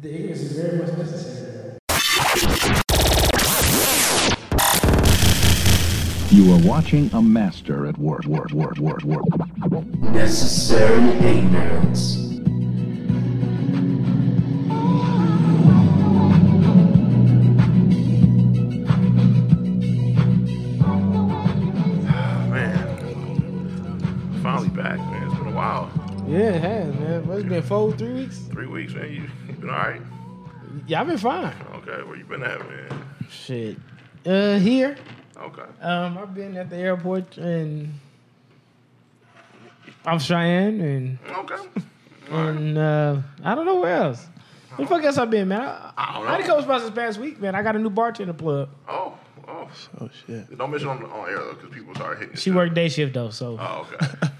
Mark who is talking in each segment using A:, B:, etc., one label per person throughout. A: The ignorance is very much necessary.
B: You are watching a master at work, work, work, work, work.
C: Necessary ignorance.
D: Man, finally back, man. It's been a while.
A: Yeah, it has, man. Well, It's been four, three weeks.
D: Three weeks, man. You, you been all right?
A: Yeah, I've been fine.
D: Okay, where you been at, man?
A: Shit. Uh, here.
D: Okay.
A: Um, I've been at the airport and I'm Cheyenne and
D: Okay.
A: and uh, I don't know where else. Where the fuck else I been, man? I,
D: I don't
A: I did
D: know.
A: coach spots this past week, man. I got a new bartender plug.
D: Oh, oh.
E: Oh shit.
D: Don't mention on, on air, though, because people start hitting
A: She
D: shit.
A: worked day shift though, so
D: Oh, okay.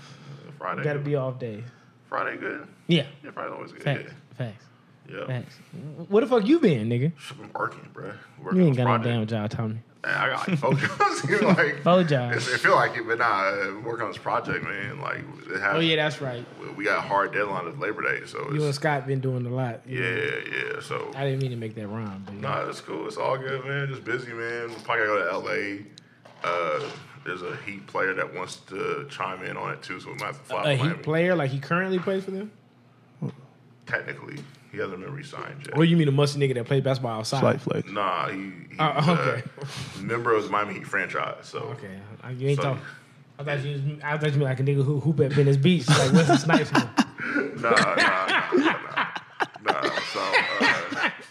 D: Friday.
A: gotta
D: good.
A: be off day.
D: Friday good?
A: Yeah,
D: Yeah, Friday's always good.
A: facts, facts,
D: Yeah. yeah.
A: facts. Where the fuck you been, nigga?
D: I've been working, bro. Working
A: You ain't
D: on
A: got no
D: Friday.
A: damn job, Tommy.
D: Man, I got like focus. You know, like,
A: Faux job.
D: it's- It feel like it, but nah, uh, working on this project, man. Like, it has,
A: Oh yeah, that's right.
D: we got a hard deadline of Labor Day, so
A: You and
D: it's,
A: Scott been doing a lot.
D: yeah, yeah. So
A: I didn't mean to make that rhyme, but
D: Nah, it's cool. It's all good, man. Just busy, man. We'll probably gotta go to LA. Uh, there's a Heat player that wants to chime in on it too, so we might have to fly
A: a
D: to Miami.
A: Heat player like he currently plays for them.
D: Technically, he hasn't been re-signed yet.
A: Or you mean a musty nigga that plays basketball outside?
E: Slight flex.
D: nah, he, he's
A: Oh, okay.
D: a member of the Miami Heat franchise. So
A: okay, I- you ain't
D: So-
A: talking. I thought you, was, I thought you meant like a nigga who hoop at Venice Beach, like Wesley Snipes. man.
D: nah, nah, nah, nah, nah. nah. So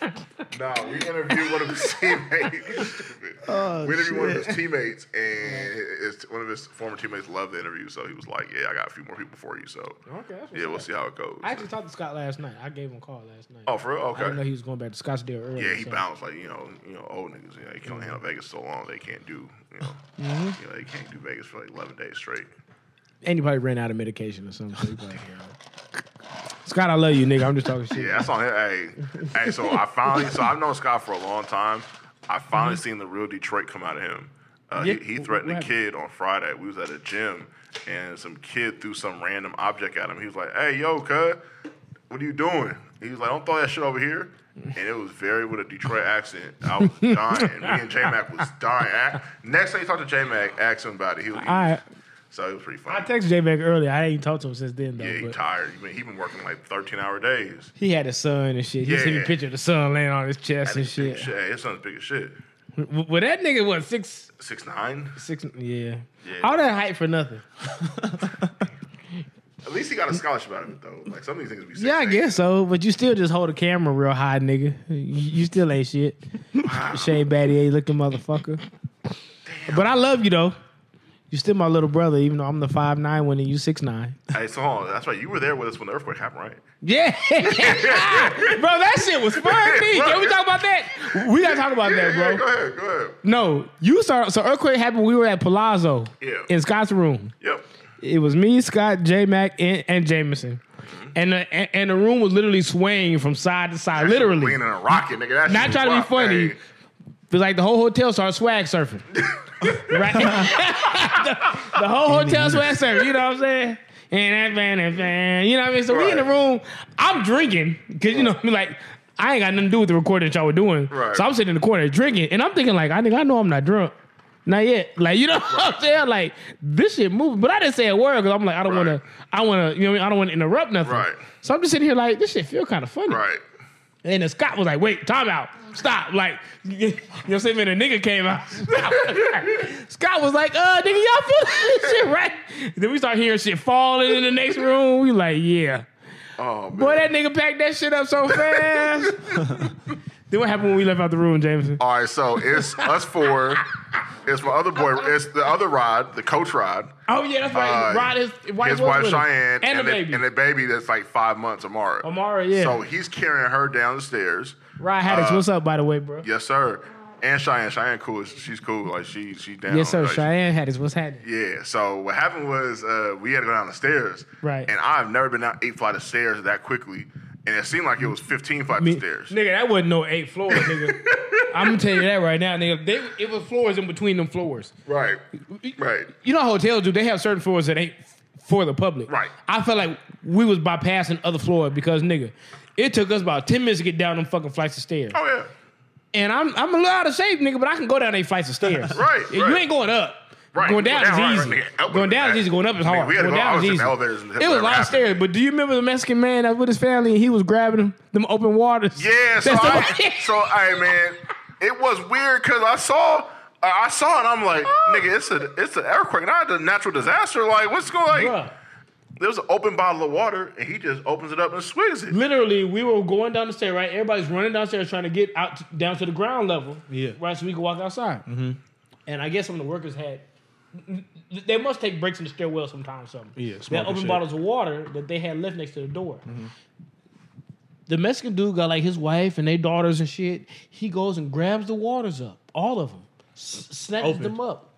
D: uh, nah, we interviewed one of his teammates. Stupid.
A: Oh,
D: we interviewed one of his teammates, and his, one of his former teammates loved the interview, so he was like, "Yeah, I got a few more people for you." So
A: Okay,
D: Yeah,
A: that's what's
D: we'll
A: up.
D: see how it goes.
A: I actually talked to Scott last night. I gave him a call last night.
D: oh, for real?
A: I didn't know
D: Okay.
A: he was going back to Scottsdale early.
D: Yeah, he
A: so-
D: bounced like you know, you know, old niggas. You know, they can only
A: Mm-hmm.
D: handle Vegas so long. They can't do, you know, you know, they can't do Vegas for like eleven days straight.
A: And he probably ran out of medication or something. so he probably- Scott, I love you, nigga. I'm just talking shit.
D: Yeah, that's on here. Hey, hey. So I finally, so I've known Scott for a long time. I finally seen the real Detroit come out of him. Uh,
A: Mm-hmm. Yeah,
D: he, he
A: wh-
D: threatened
A: what
D: a
A: happened?
D: kid on Friday. We was at a gym, and some kid threw some random object at him. He was like, "Hey, yo, cuz, what are you doing?" He was like, "Don't throw that shit over here." And it was very with a Detroit accent. I was dying. Me and J Mac was dying. Ac- Next thing he talked to J Mac, asked him about it. He, was- he
A: I
D: so it was pretty funny.
A: I texted J Mac earlier. I ain't talked to him since then though.
D: yeah, he
A: but
D: tired. He been, he been working like thirteen hour days.
A: he had a son and shit. He sent me a
D: Yeah.
A: picture of the son laying on his chest and
D: That's big
A: shit.
D: as shit. Hey, his son's big as shit.
A: W- Well, that nigga was six,
D: Six nine.
A: six. Yeah.
D: Yeah.
A: all that hype for nothing.
D: At least he got a scholarship out of it though. Like some of these things be. Six,
A: Yeah, I
D: eight.
A: guess so. But you still just hold a camera real high, nigga. You, you still ain't shit. Shane Battier looking motherfucker. But I love you though. You still my little brother, even though I'm the five nine one and you six nine.
D: Hey, so hold on. that's right. You were there with us when the earthquake happened, right?
A: Yeah, bro, that shit was funny. Can we talk about that? We gotta talk about that,
D: Yeah,
A: bro.
D: go ahead, go ahead.
A: No, you saw so earthquake happened. We were at Palazzo
D: Yeah.
A: in Scott's room.
D: Yep.
A: It was me, Scott, J Mac, and, and Jameson, and the and, and the room was literally swaying from side to side, literally.
D: Leaning in a rocket, nigga. That shit
A: Not
D: was
A: trying to be
D: wild.
A: funny.
D: Hey,
A: But like the whole hotel started swag surfing, right? the, the whole hotel swag surfing. You know what I'm saying? And that fan and fan. You know what I mean? So we in the
D: Right.
A: room. I'm drinking because you know, I'm like. I ain't got nothing to do with the recording that y'all were doing.
D: Right.
A: So I'm sitting in the corner drinking, and I'm thinking like, I think I know I'm not drunk, not yet. Like you know what I'm saying? Like this shit moving, but I didn't say a word because I'm like, I don't
D: Right.
A: want to, I want to, you know, what I, mean? I don't want to interrupt nothing.
D: Right.
A: So I'm just sitting here like, this shit feel kind of funny.
D: Right.
A: And then Scott was like, wait, time out. Stop. Like, you know what I'm saying? Man, the nigga came out. Scott was like, uh, nigga, y'all feel this shit, right? Then we start hearing shit falling in the next room. We like, yeah.
D: Oh man.
A: Boy, that nigga packed that shit up so fast. then what happened when we left out the room, Jameson?
D: All right, so it's us four. It's my other boy. It's the other Rod, the coach Rod.
A: Oh, yeah, that's right.
D: Uh,
A: Rod is wife,
D: his
A: was
D: wife
A: with him.
D: Cheyenne
A: And, the
D: a-
A: baby.
D: and a baby that's like five months, Amara.
A: Amara, yeah.
D: So uh, he's carrying her down the stairs.
A: Rod Haddix, what's up, by the way, bro?
D: Yes, sir. And Cheyenne, Cheyenne cool. She's cool. Like she, she down.
A: Yes, sir.
D: Like,
A: Cheyenne Haddix, what's happening?
D: Yeah. So what happened was uh, we had to go down the stairs.
A: Right.
D: And I've never been down eight flight of stairs that quickly, and it seemed like it was fifteen flights
A: Me-
D: of stairs.
A: Nigga, that wasn't no eight floors, nigga. I'm gonna tell you that right now, nigga. They, it was floors in between them floors.
D: Right. Right.
A: You know how hotels do? They have certain floors that ain't for the public.
D: Right.
A: I felt like we was bypassing other floor because nigga, it took us about ten minutes to get down them fucking flights of stairs.
D: Oh yeah.
A: And I'm I'm a little out of shape, nigga, but I can go down eight flights of stairs.
D: Right,
A: You
D: right.
A: ain't going up.
D: Right.
A: Going down,
D: right,
A: is
D: right,
A: easy.
D: nigga. Elbow
A: going
D: to
A: down
D: back.
A: is easy. Going up is
D: Nigga,
A: hard.
D: we had to
A: going
D: go- I
A: down
D: was
A: is
D: in
A: easy.
D: elevators and
A: it was a
D: whatever
A: lot of
D: happened.
A: stairs. But do you remember the Mexican man that was with his family and he was grabbing them, them open waters?
D: Yeah, so
A: That's the
D: I,
A: one-
D: so I man, it was weird because I saw I I saw it. I'm like, nigga, it's a it's an earthquake, not a natural disaster. Like, what's going? Like,
A: Bruh.
D: there was an open bottle of water, and he just opens it up and swigs it.
A: Literally, we were going down the stair, right? Everybody's running downstairs trying to get out to, down to the ground level,
E: Yeah. Mm-hmm.
A: right, so we could walk outside. And I guess some of the workers had they must take breaks in the stairwell sometimes. or Something,
E: Yeah,
A: They
E: smoking
A: had open
E: shit. Mm-hmm.
A: bottles of water that they had left next to the door. The Mexican dude got like his wife and their daughters and shit. He goes and grabs the waters up, all of them, s- snatches
E: Open.
A: them up,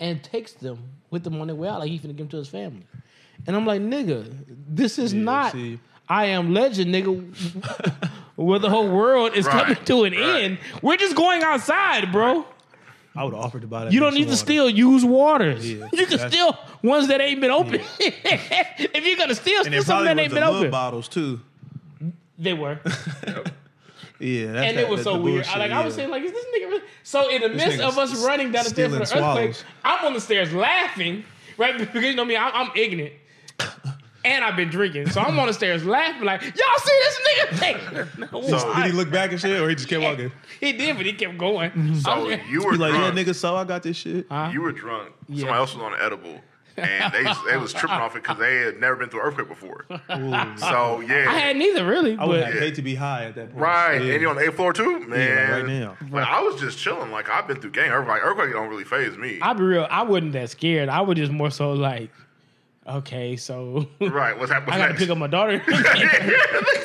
A: and takes them with them on their way out, like he finna give them to his family. And I'm like, nigga, this is
E: Yeah,
A: not
E: see.
A: I am legend, nigga. where the whole world is
D: Right,
A: coming to an
D: right.
A: end. We're just going outside, bro.
E: I would offer to buy that.
A: You
E: nigga
A: don't
E: some
A: need to
E: water.
A: steal used waters.
E: Yeah,
A: you can
E: that's-
A: steal ones that ain't been open. if you're gonna steal,
E: And
A: steal something
E: it probably
A: that
E: was
A: ain't
E: the
A: been
E: love
A: open.
E: bottles too.
A: They were,
E: Yeah, that's
A: and
E: that,
A: it was
E: that's
A: so
E: the
A: weird.
E: Bullshit,
A: I, like
E: yeah.
A: I was saying, like, is this nigga? Really? So in the
E: This
A: midst
E: nigga's
A: of us
E: s-
A: running down the stairs for the
E: stealing
A: earthquake,
E: swallows.
A: I'm on the stairs laughing, right? Because you know me, I'm, I'm ignorant. And I've been drinking, so I'm on the stairs laughing like, "Y'all see this nigga?" Like, no,
D: So-
E: Did he look back and shit, or he just kept walking?
A: He did, but he kept going. I'm
D: So
A: like,
D: you were
E: He like, yeah,
D: drunk.
E: nigga, so I got this shit.
D: You were drunk. Somebody else was on an edible, and they they was tripping off it because they had never been through an earthquake before. So yeah,
A: I hadn't either, really.
E: I would
A: But
E: have hate to be high at that point.
D: Right,
E: Yeah.
D: and you on the eighth floor too, man.
E: right now.
D: Like, I was just chilling. Like I've been through gang earthquake. Earthquake don't really phase me.
A: I'll be real. I wasn't that scared. I was just more so like, okay, so
D: right, what's happening?
A: I got to pick up my daughter.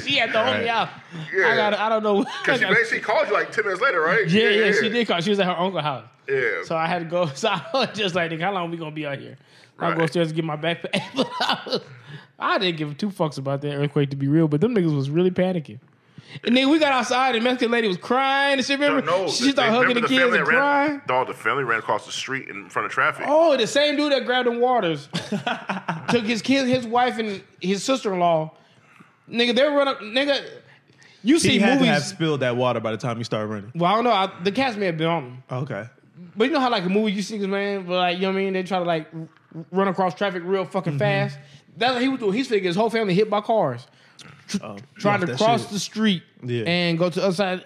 A: she had to hold me out. I
D: Yeah.
A: got. I don't know. I
D: Because she
A: gotta-
D: basically called you like ten minutes later, right?
A: yeah, yeah, she did call. She was at her uncle's house,
D: Yeah.
A: so I had to go. So I was just like, nigga, how long we gonna be out here? I
D: Right.
A: go upstairs and get my backpack. But I, was, I didn't give two fucks about that earthquake to be real, but them niggas was really panicking. And then we got outside, and Mexican lady was crying and shit.
D: No,
A: Remember,
D: no,
A: she
D: they-
A: started hugging
D: remember
A: the, kids
D: family
A: and
D: that ran,
A: crying.
D: Dog, the family ran across the street in front of traffic.
A: Oh, the same dude that grabbed them waters took his kid, his wife, and his sister in law. Nigga, they run up. Nigga, you
E: He
A: see
E: had to have
A: movies.
E: spilled that water by the time you started running.
A: Well, I don't know. I, the cast may have been on them,
E: Okay.
A: but you know how like a movie you see, man, but like you know what I mean. They try to like r- run across traffic real fucking
E: Mm-hmm.
A: fast. That's what he was doing. He's figuring his whole family hit by cars
E: Oh,
A: trying
E: lost
A: to
E: that
A: cross
E: shit.
A: the street
E: Yeah.
A: and go to the other side.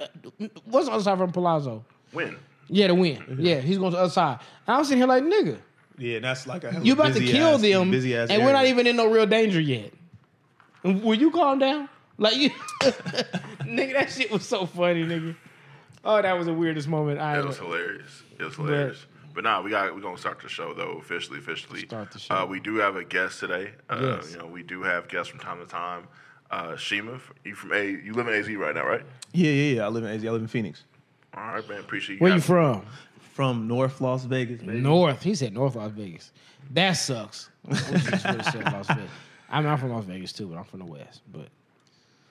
A: What's the other side from Palazzo?
D: When?
A: Yeah, the win. Yeah, he's going to the other side. And I'm sitting here like, nigga,
E: Yeah, and that's like a
A: You about to
E: busy
A: kill
E: ass-
A: them,
E: Busy ass
A: and we're not
E: area.
A: even in no real danger yet. Will you calm down? Like you, nigga, that shit was so funny, nigga. Oh, that was the weirdest moment. I
D: It was hilarious. It was hilarious. But nah, we got we gonna start the show though officially. Officially,
A: Start the show.
D: Uh, we do have a guest today. Uh,
A: Yes.
D: You know, we do have guests from time to time. Uh, Shima, you from a you live in AZ right now, right?
E: Yeah, yeah, yeah. I live in AZ. I live in Phoenix.
D: All right, man. Appreciate you.
A: Where you
D: guys-
A: from?
E: From North Las Vegas, baby.
A: North. He said North Las Vegas. That sucks. I wish he just would've said Las Vegas. I mean, I'm from Las Vegas too, but I'm from the West. But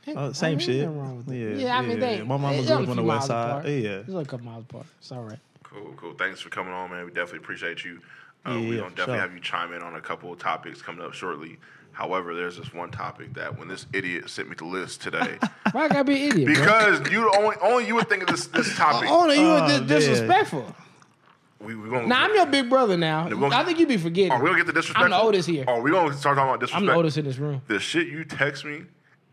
E: Oh, same
A: ain't
E: shit.
A: nothing wrong with that.
E: Yeah,
A: yeah, I mean,
E: yeah,
A: they.
E: yeah. My mama
A: they-
E: grew
A: they
E: up on
A: a
E: the
A: few
E: west
A: miles
E: side.
A: apart.
E: Yeah.
A: it's like a couple miles apart. It's all right.
D: Cool, cool. Thanks for coming on, man. We definitely appreciate you. Uh,
E: Yeah,
D: we're
E: yeah,
D: gonna
E: for
D: definitely
E: sure.
D: have you chime in on a couple of topics coming up shortly. However, there's this one topic that when this idiot sent me the list today,
A: Why I gotta be an idiot? bro?
D: because you only only you would think of this this topic.
A: Oh, no, you were
E: Oh,
A: dis-
E: man.
A: disrespectful.
D: We we gonna
A: Now I'm your big brother. Now
D: we'll-
A: I think you be forgetting.
E: Oh,
D: Are Oh, we gonna get the disrespect?
A: I'm the oldest here.
D: Are we gonna start talking about disrespect?
A: I'm the oldest in this room.
D: The shit you text me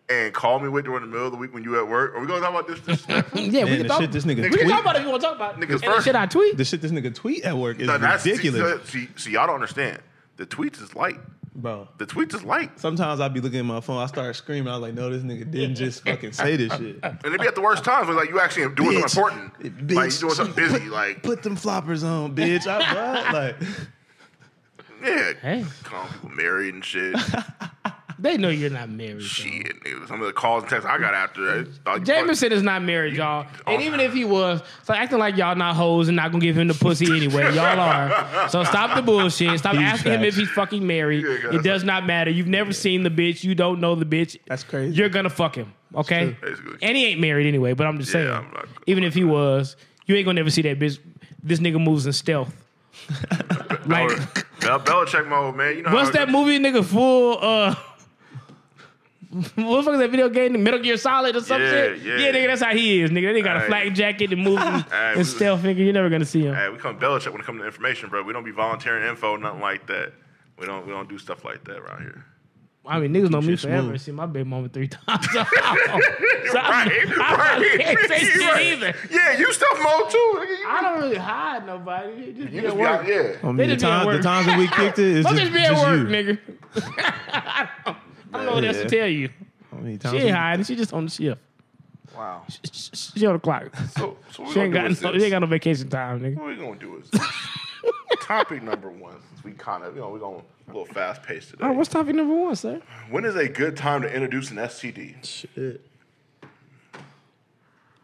D: and call me with during the middle of the week when you at work. Are we gonna talk about this disrespect?
A: Yeah, we
E: Man,
A: can
E: the
A: talk.
E: shit this nigga
A: we can
E: tweet-
A: talk about it if you want to talk about it.
D: Niggas
A: And the
D: first.
A: shit I tweet.
E: The shit this nigga tweet at work is
D: No, that's- see-
E: ridiculous,
D: See, see, y'all don't understand. The tweets is light.
E: bro.
D: The tweets is light.
E: Sometimes I'd be looking at my phone. I start screaming. I was like, no, this nigga didn't just fucking say this shit.
D: And it'd be at the worst times when like you actually doing something
E: Bitch.
D: important.
E: Bitch.
D: Like you doing something busy. like
E: Put them floppers on, bitch. I, what? Like,
D: yeah.
A: Hey,
D: Calling people married and shit.
A: they know you're not married. though.
D: shit, nigga. Some of the calls and texts I got after that. it's like,
A: Jameson is not married, y'all. And
D: Oh.
A: even if he was, so acting like y'all not hoes and not gonna give him the pussy anyway. Y'all are. So stop the bullshit. Stop
E: Huge
A: asking him
E: facts.
A: if he's fucking married.
D: Yeah,
A: it
D: that's-
A: does not matter. You've never seen the bitch. You don't know the bitch.
E: That's crazy.
A: You're gonna fuck him, okay?
D: true. Basically.
A: And he ain't married anyway. But I'm just
D: Yeah,
A: saying,
D: I'm not-
A: even if he was, you ain't gonna never see that bitch. This nigga moves in stealth. up. Like,
D: Bel- Belichick mode, man. You know
A: what's
D: how it
A: that movie nigga full? Uh, what the fuck is that video game? Metal Gear Solid or some
D: Yeah,
A: shit?
D: yeah.
A: nigga, that's how he is, nigga. That nigga got a
D: Aight.
A: flak jacket and movie
D: Aight, we-
A: and stealth nigga. You're never gonna see him.
D: Hey, we come Belichick when it comes to information, bro. We don't be volunteering info, nothing like that. We don't we don't do stuff like that around here.
A: I mean, niggas know me
E: Just
A: forever.
E: move.
A: See my baby mama three times. so I,
D: right,
A: I probably
D: right.
A: can't say shit
D: Right.
A: either.
D: Yeah, you stuff mode too. nigga. You,
A: I don't really hide nobody. It Just
D: you
A: be at
D: just be
A: work.
D: out, yeah.
E: I mean,
A: They
E: the,
A: just be at
E: time, the
A: work.
E: times that we kicked it is
A: I'll
E: just,
A: just be at
E: just
A: work,
E: you.
A: nigga. I don't, I don't know what else to
E: Yeah.
A: tell you.
E: How many
A: She
E: times
A: ain't
E: we-
A: hiding. She just on the shift.
D: Wow.
A: She- She, she on the clock.
D: So, so what
A: She
D: we
A: ain't
D: gonna do
A: got
D: is
A: no,
D: this.
A: she ain't got no vacation time, nigga.
D: What we gonna do is this. topic number one. Since we kind of you know we gonna a little fast paced today.
A: All right, Oh, what's topic number one, sir?
D: when is a good time to introduce an STD?
E: Shit.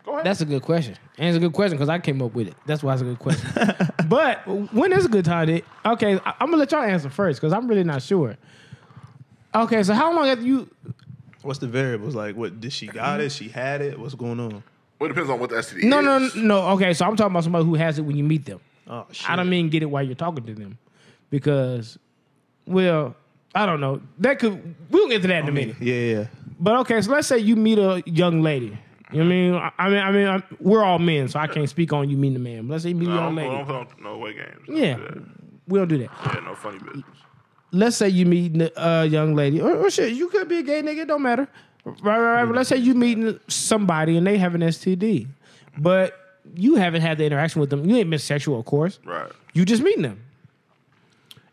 D: Go ahead.
A: That's a good question. And it's a good question because I came up with it. That's why it's a good question. but when is a good time to? Okay, I, I'm gonna let y'all answer first because I'm really not sure. Okay, so how long have you?
E: What's the variables? Like, what did she got it? She had it? What's going on?
D: well, it depends on what the STD
A: No,
D: is.
A: no, no, no. Okay, so I'm talking about somebody who has it when you meet them.
E: Oh shit!
A: I don't mean get it while you're talking to them, because, well, I don't know. That could we'll get to that in a minute.
E: Yeah, yeah.
A: But okay, so let's say you meet a young lady. You know what I mean? I, I mean, I mean, I'm, we're all men, so I can't speak on you meeting a man. But let's say you meet a
D: No, don't,
A: young lady.
D: don't put on no way games.
A: Yeah. We don't do that.
D: Yeah, no funny business.
A: let's say you meet a young lady, or, or shit, you could be a gay nigga, it don't matter. Right, right, right. But let's say you meet somebody and they have an STD, but you haven't had the interaction with them. You ain't been sexual, of course.
D: Right.
A: You just meeting them.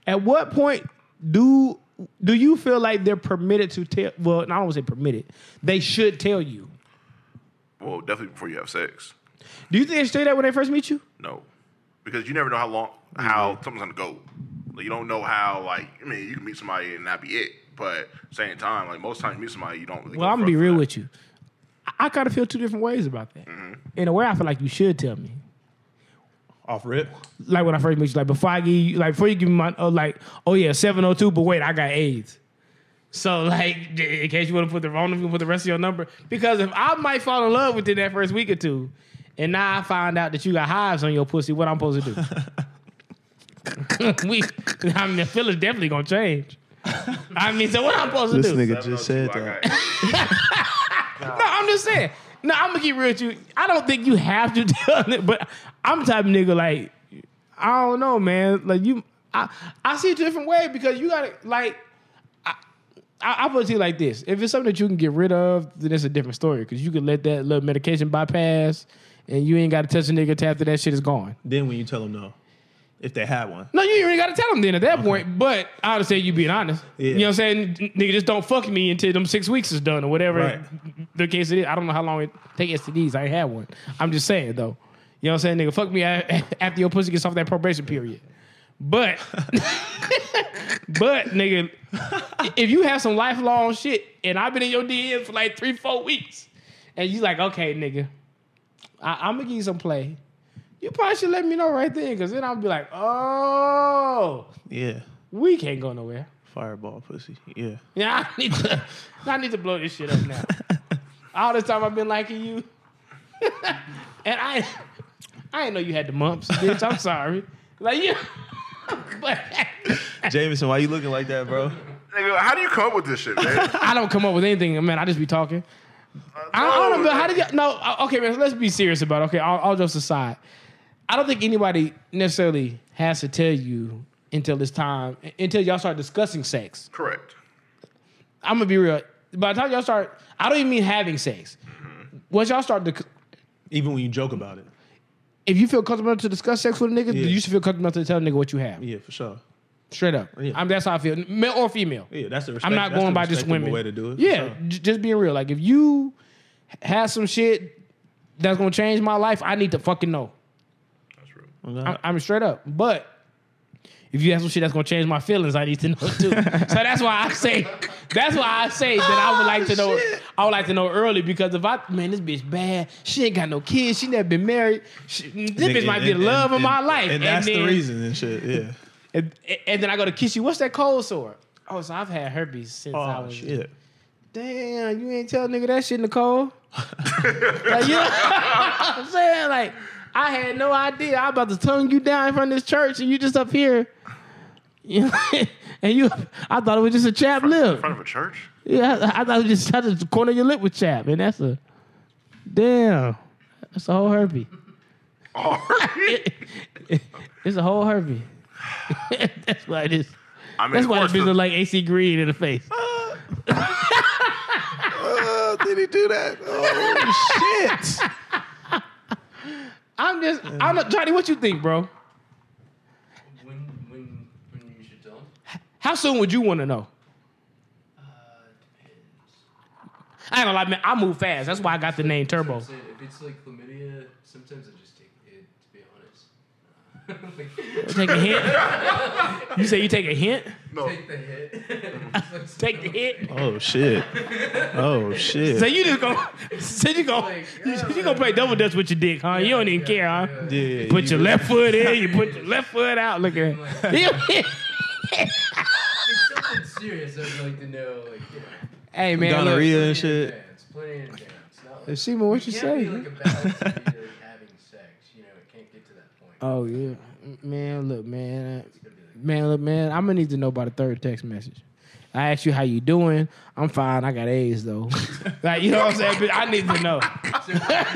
A: At what point do do you feel like they're permitted to tell? Well, I don't want to say permitted. They should tell you.
D: Well, definitely before you have sex.
A: Do you think they should tell you that when they first meet you?
D: No, because you never know how long
A: Mm-hmm.
D: how something's gonna go. Like, you don't know how. Like I mean, you can meet somebody and that be it. But same time, like most times you meet somebody, you don't. Really
A: Well, I'm gonna be real with you. I, I kind of feel two different ways about that. In a way, I feel like you should tell me.
E: Off rip.
A: like when I first met you, like before I give you, like before you give me my, uh, like, oh yeah, seven oh two, but wait, I got AIDS. So like, d- in case you want to put the wrong, you can put the rest of your number because if I might fall in love within that first week or two, and now I find out that you got hives on your pussy, what I'm supposed to do? we, I mean, the feeling's definitely gonna change. I mean, so what I'm supposed to
E: This
A: do?
D: oh
E: nigga just said that.
A: No, I'm just saying. No, I'm gonna keep real with you. I don't think you have to tell it, but I'm the type of nigga like I don't know, man. Like you, I I see it a different way because you gotta like. I- I, I put it to you like this: If it's something that you can get rid of, then it's a different story because you can let that little medication bypass, and you ain't got to touch a nigga till after that shit is gone.
E: Then when you tell them no, if they had one,
A: No, you ain't really got to tell them then at that point. But I would say you being honest.
E: Yeah.
A: You know what I'm saying, N- nigga? Just don't fuck me until them six weeks is done or whatever
E: Right.
A: the case it is. I don't know how long it take STDs. I ain't had one. I'm just saying though. You know what I'm saying, nigga? Fuck me a- after your pussy gets off that probation period. But, but nigga, if you have some lifelong shit and I've been in your DM for like three, four weeks, and you like, okay, nigga, I, I'm gonna give you some play. You probably should let me know right then, because then I'll be like, oh,
E: yeah,
A: we can't go nowhere.
E: fireball pussy. Yeah,
A: Yeah, I need to, I need to blow this shit up now. All this time I've been liking you, and I, I didn't know you had the mumps, bitch. I'm sorry. Like you, but
E: Jameson, why you looking like that, bro?
D: Nigga, how do you come up with this shit, man?
A: I don't come up with anything, man. I just be talking. I, I don't know, but how did y'all? No, uh, okay, man. Let's be serious about. It. Okay, all, all jokes aside, I don't think anybody necessarily has to tell you until it's time until y'all start discussing sex.
D: Correct.
A: I'm gonna be real. By the time y'all start, I don't even mean having sex. Once y'all start, to,
E: Even when you joke about it.
A: if you feel comfortable enough to discuss sex with a nigga,
E: Yeah.
A: you should feel comfortable enough to tell a nigga what you have.
E: Yeah, for sure.
A: Straight up.
E: Yeah.
A: I'm, that's how I feel, male or female.
E: Yeah, that's the. Respect,
A: I'm not
E: that's
A: going
E: the
A: by just
E: respectable
A: women.
E: Way to do it. for
A: Yeah,
E: sure.
A: j- just being real. Like if you h- have some shit that's gonna change my life, I need to fucking know.
D: That's real.
E: Okay.
A: I, I'm straight up. But if you have some shit that's gonna change my feelings, I need to know too. so that's why I say that's why I say that I would like to
E: Oh,
A: know I would like to know early because if I man, this bitch bad. She ain't got no kids, she never been married. She, this bitch
E: Nigga,
A: might be the
E: and-
A: love of
E: and-
A: my
E: and-
A: life.
E: and, that's
A: then,
E: the reason and shit. Yeah.
A: And, and then I go to kiss you. What's that cold sore? Oh, so I've had herpes since I
E: Oh
A: was
E: shit.
A: damn, you ain't tell nigga that shit, Nicole. like, you know what I'm saying? Like, I had no idea. I about to tongue you down in front of this church, and you just up here You know, and you, I thought it was just a chap
D: in
A: lip.
D: front of a church.
A: Yeah, I, I thought it was just I just the corner of your lip with chap, and that's a damn. That's a whole herpy. It's a whole herpy. that's why it is.
D: I mean,
A: That's
D: of
A: why
D: course,
A: that bitch
D: the-
A: look like AC Green in the face.
E: Oh, did he do that? Oh shit!
A: I'm just, I'm not, Johnny. What you think, bro?
F: When when when you should tell?
A: How soon would you want to know?
E: Uh,
A: I ain't gonna lie, man. I move fast. That's why I got the name Turbo.
F: Sometimes it- If it's like chlamydia, sometimes I just take it. To be honest, Like,
A: Take a hint. You say you take a hint?
F: take the hit. It's like
A: Take the hint.
E: Oh shit! Oh shit!
A: So you just gonna, so you gonna, you gonna play double dutch with your dick, huh? You don't even care, huh?
E: Yeah,
A: Put
E: you-
A: your left foot in, you put your left foot out. Look at it.
F: It's something serious. I'd like to know, like you know,
A: hey man, look.
E: gonorrhea
F: plenty
E: and
F: in
E: shit.
F: advance, plenty in advance. Not
A: Hey,
F: like,
A: Shima, what you
F: it can't
A: say?
F: be like a balance of you, like, having sex. You know, it can't get to that point.
A: Oh yeah, man. Look, man, man. Look, man. I'm gonna need to know by the third text message. I asked you how you doing. I'm fine. I got A's though. like you know what I'm saying? But I need to know.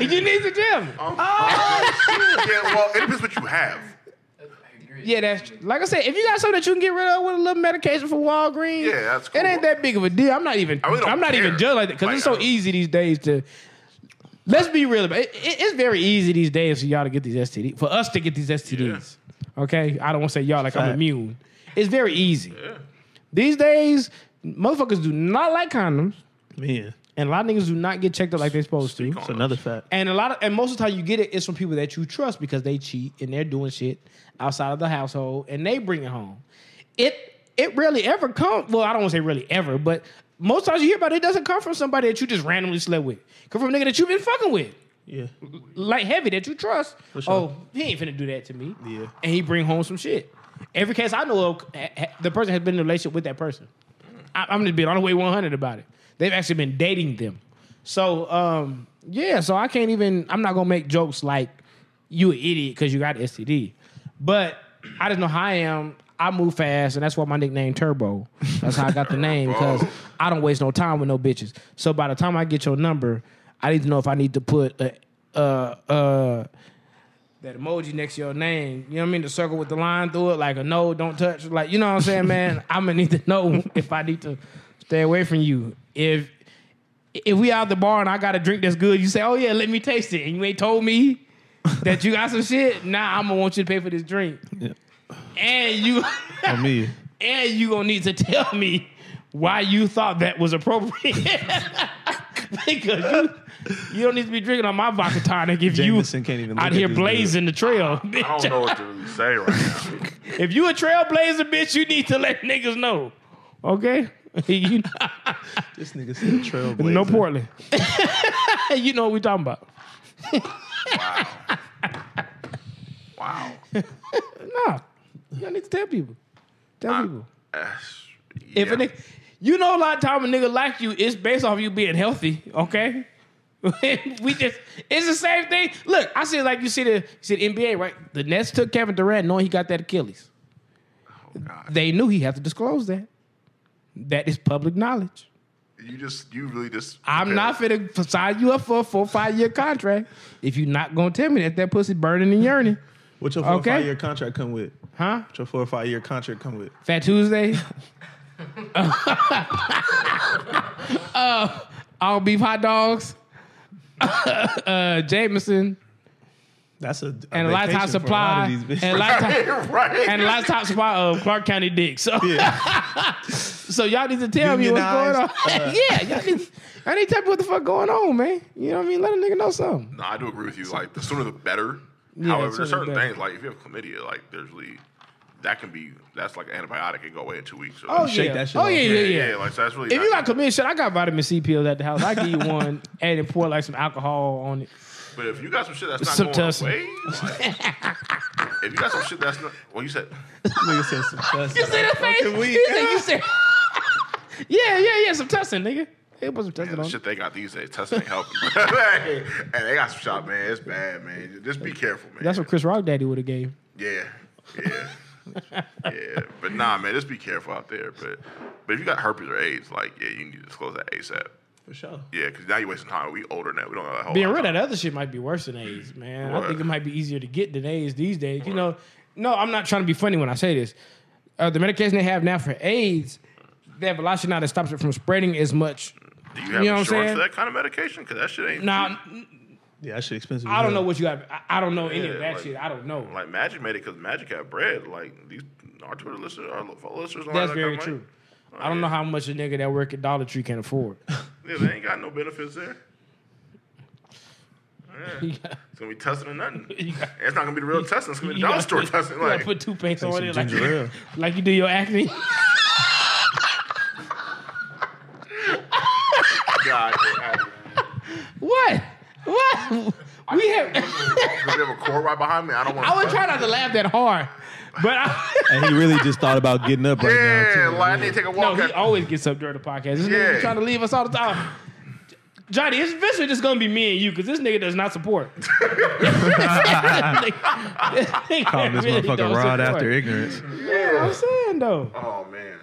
A: you need to tell me.
D: Oh, yeah, well, it depends what you have.
F: I agree.
A: Yeah, that's like I said. If you got something that you can get rid of with a little medication from Walgreens,
D: Yeah, that's
A: It
D: cool.
A: ain't that big of a deal. I'm not even.
D: I really don't
A: I'm not even
D: care.
A: judged like that because
D: Like,
A: it's
D: I
A: so
D: don't-
A: easy these days to. Let's be real about it. It- It's very easy these days for y'all to get these STDs. For us to get these STDs, okay. I don't want to say y'all like I'm
E: Fact.
A: immune. It's very easy. These days, motherfuckers do not like condoms,
E: Man,
A: and a lot of niggas do not get checked up like they're supposed to.
E: it's another fact.
A: And a lot of and most of the time you get it is from people that you trust because they cheat and they're doing shit outside of the household and they bring it home. It it rarely ever comes. Well, I don't want to say really ever, but most times you hear about it, it doesn't come from somebody that you just randomly slept with. Come from a nigga that you've been fucking with,
E: Yeah,
A: like heavy that you trust.
E: sure.
A: Oh, he ain't finna do that to me.
E: Yeah.
A: and he bring home some shit. Every case I know of, ha- ha- the person has been in a relationship with that person. I, I'm just being on the way 100 about it. They've actually been dating them. So um, yeah, so I can't even. I'm not gonna make jokes like you an idiot because you got STD. But I just know how I am. I move fast, and that's why my nickname Turbo. That's how I got the name because I don't waste no time with no bitches. So by the time I get your number, I need to know if I need to put a, uh uh that emoji next to your name. You know what I mean? The circle with the line through it, like a no, don't touch. Like you know what I'm saying, man. I'm gonna need to know if I need to stay away from you. If if we out the bar and I got a drink that's good, you say, oh yeah, let me taste it, and you ain't told me that you got some shit. Nah, I'm gonna want you to pay for this drink,
E: Yeah.
A: and you
E: On me.
A: and you gonna need to tell me why you thought that was appropriate. because you, you don't need to be drinking on my vodka tonic if
E: Jameson
A: you
E: can't even. Look
A: out
E: at
A: here
E: this dude.
A: blazing the trail. bitch.
D: I don't know what to really say right now.
A: If you a trailblazer, bitch, you need to let niggas know. Okay? You-
E: This nigga said trailblazer.
A: no Portland. you know what we talking about.
D: Wow.
A: Nah. You don't need to tell people. Tell people.
D: That's-
A: If
D: yeah.
A: a nigga, you know a lot of time a nigga like you, it's based off you being healthy, okay? we just it's the same thing. Look, I see like you see the you see the NBA, right? The Nets took Kevin Durant knowing he got that Achilles.
D: God.
A: They knew he had to disclose that. That is public knowledge.
D: you just, you really just.
A: I'm not finna f- sign you up for a four five year contract if you're not gonna tell me that that pussy burning and yearning,
E: What's your four
A: Okay.
E: or five year contract come with? What's
A: huh?
E: your four or five year contract come with?
A: Fat Tuesday. uh, all beef hot dogs. uh, Jameson
E: That's a, a
A: and a lot of time
E: vacation for a
A: supply
E: lot of these bitches.
A: and a lot of time,
D: right.
A: and a lot of time supply of Clark County dick. So, so y'all need to tell me what's going on.
E: Unionized, uh,
A: yeah, y'all need, y'all need to tell me what the fuck going on, man. You know what I mean? Let a nigga know something.
D: No, I do agree with you. Like the sooner the better. However,
A: sooner
D: there's
A: the
D: certain
A: better.
D: things like if you have chlamydia, like there's really that can be that's like an antibiotic. It go away in two weeks. So
A: Oh
E: shake
A: yeah.
E: that shit
A: oh
E: off.
A: yeah, yeah, yeah.
D: Like so that's really.
A: If
D: not
A: you got
D: good.
A: committed shit, I got vitamin C pills at the house. I give you one and then pour like some alcohol on it.
D: but if you got some shit that's not
A: Some
D: going
A: tussin.
D: away, like, if you got some shit that's not, well, you said
E: nigga said success.
A: You see the face?
E: Fucking weak.
A: You see, you see. yeah, yeah, yeah. Some testing, nigga. They put some testing
D: the
A: on. it.
D: shit they got these days testing ain't helping. and they got some shot, man. It's bad, man. Just be careful, man.
A: That's what Chris Rock daddy would have gave.
D: Yeah, yeah. yeah, but nah, man, just be careful out there. But but if you got herpes or AIDS, like yeah, you need to disclose that ASAP.
E: For sure.
D: Yeah, because now you're wasting time. We older now. We don't know that whole.
A: Being
D: lot
A: real,
D: of
A: that
D: time.
A: other shit might be worse than AIDS, man. I
D: Right.
A: think it might be easier to get than AIDS these days. You know, no, I'm not trying to be funny when I say this. Uh, the medication they have now for AIDS, they have a lot of shit now that stops it from spreading as much.
D: Do you have
A: you know what I'm
D: insurance
A: saying?
D: for that kind of medication? Because that shit ain't.
A: Now,
E: Yeah, that shit expensive. as
A: I don't know
E: hell.
A: what you have. I- I don't know any
D: Yeah,
A: of that
D: like-
A: shit. I don't know.
D: Like Magic made it because Magic had bread. Like these our Twitter listeners, our follow listeners. don't have that kind
A: That's very
D: of money.
A: true.
E: Oh,
A: I don't know how much a nigga that work at Dollar Tree can afford.
D: Yeah, they ain't got no benefits there.
A: You gotta-
D: It's gonna be testing or nothing. And
A: you gotta-
D: it's not gonna be the real testing. It's gonna be
A: you
D: the dollar
A: gotta
D: store
A: put-
D: testing.
A: you gotta
D: Like,
A: put toothpaste on
E: some
A: it, like,
E: ginger ale.
A: like you do your acne.
D: God, I-
A: what? What? We have.
D: because we have a core right behind me. I don't want.
A: I would try not to laugh that hard, but I,
E: And he really just thought about getting up right
D: Yeah,
E: now. Too.
D: like I need to take a
A: no,
D: walk.
A: he always gets up during the podcast. This nigga
D: Yeah.
A: trying to leave us all the time. Johnny, it's eventually just gonna be me and you because this nigga does not support.
E: Calling
A: Calling
E: this motherfucker rod after ignorance.
A: I'm saying though.
D: oh man.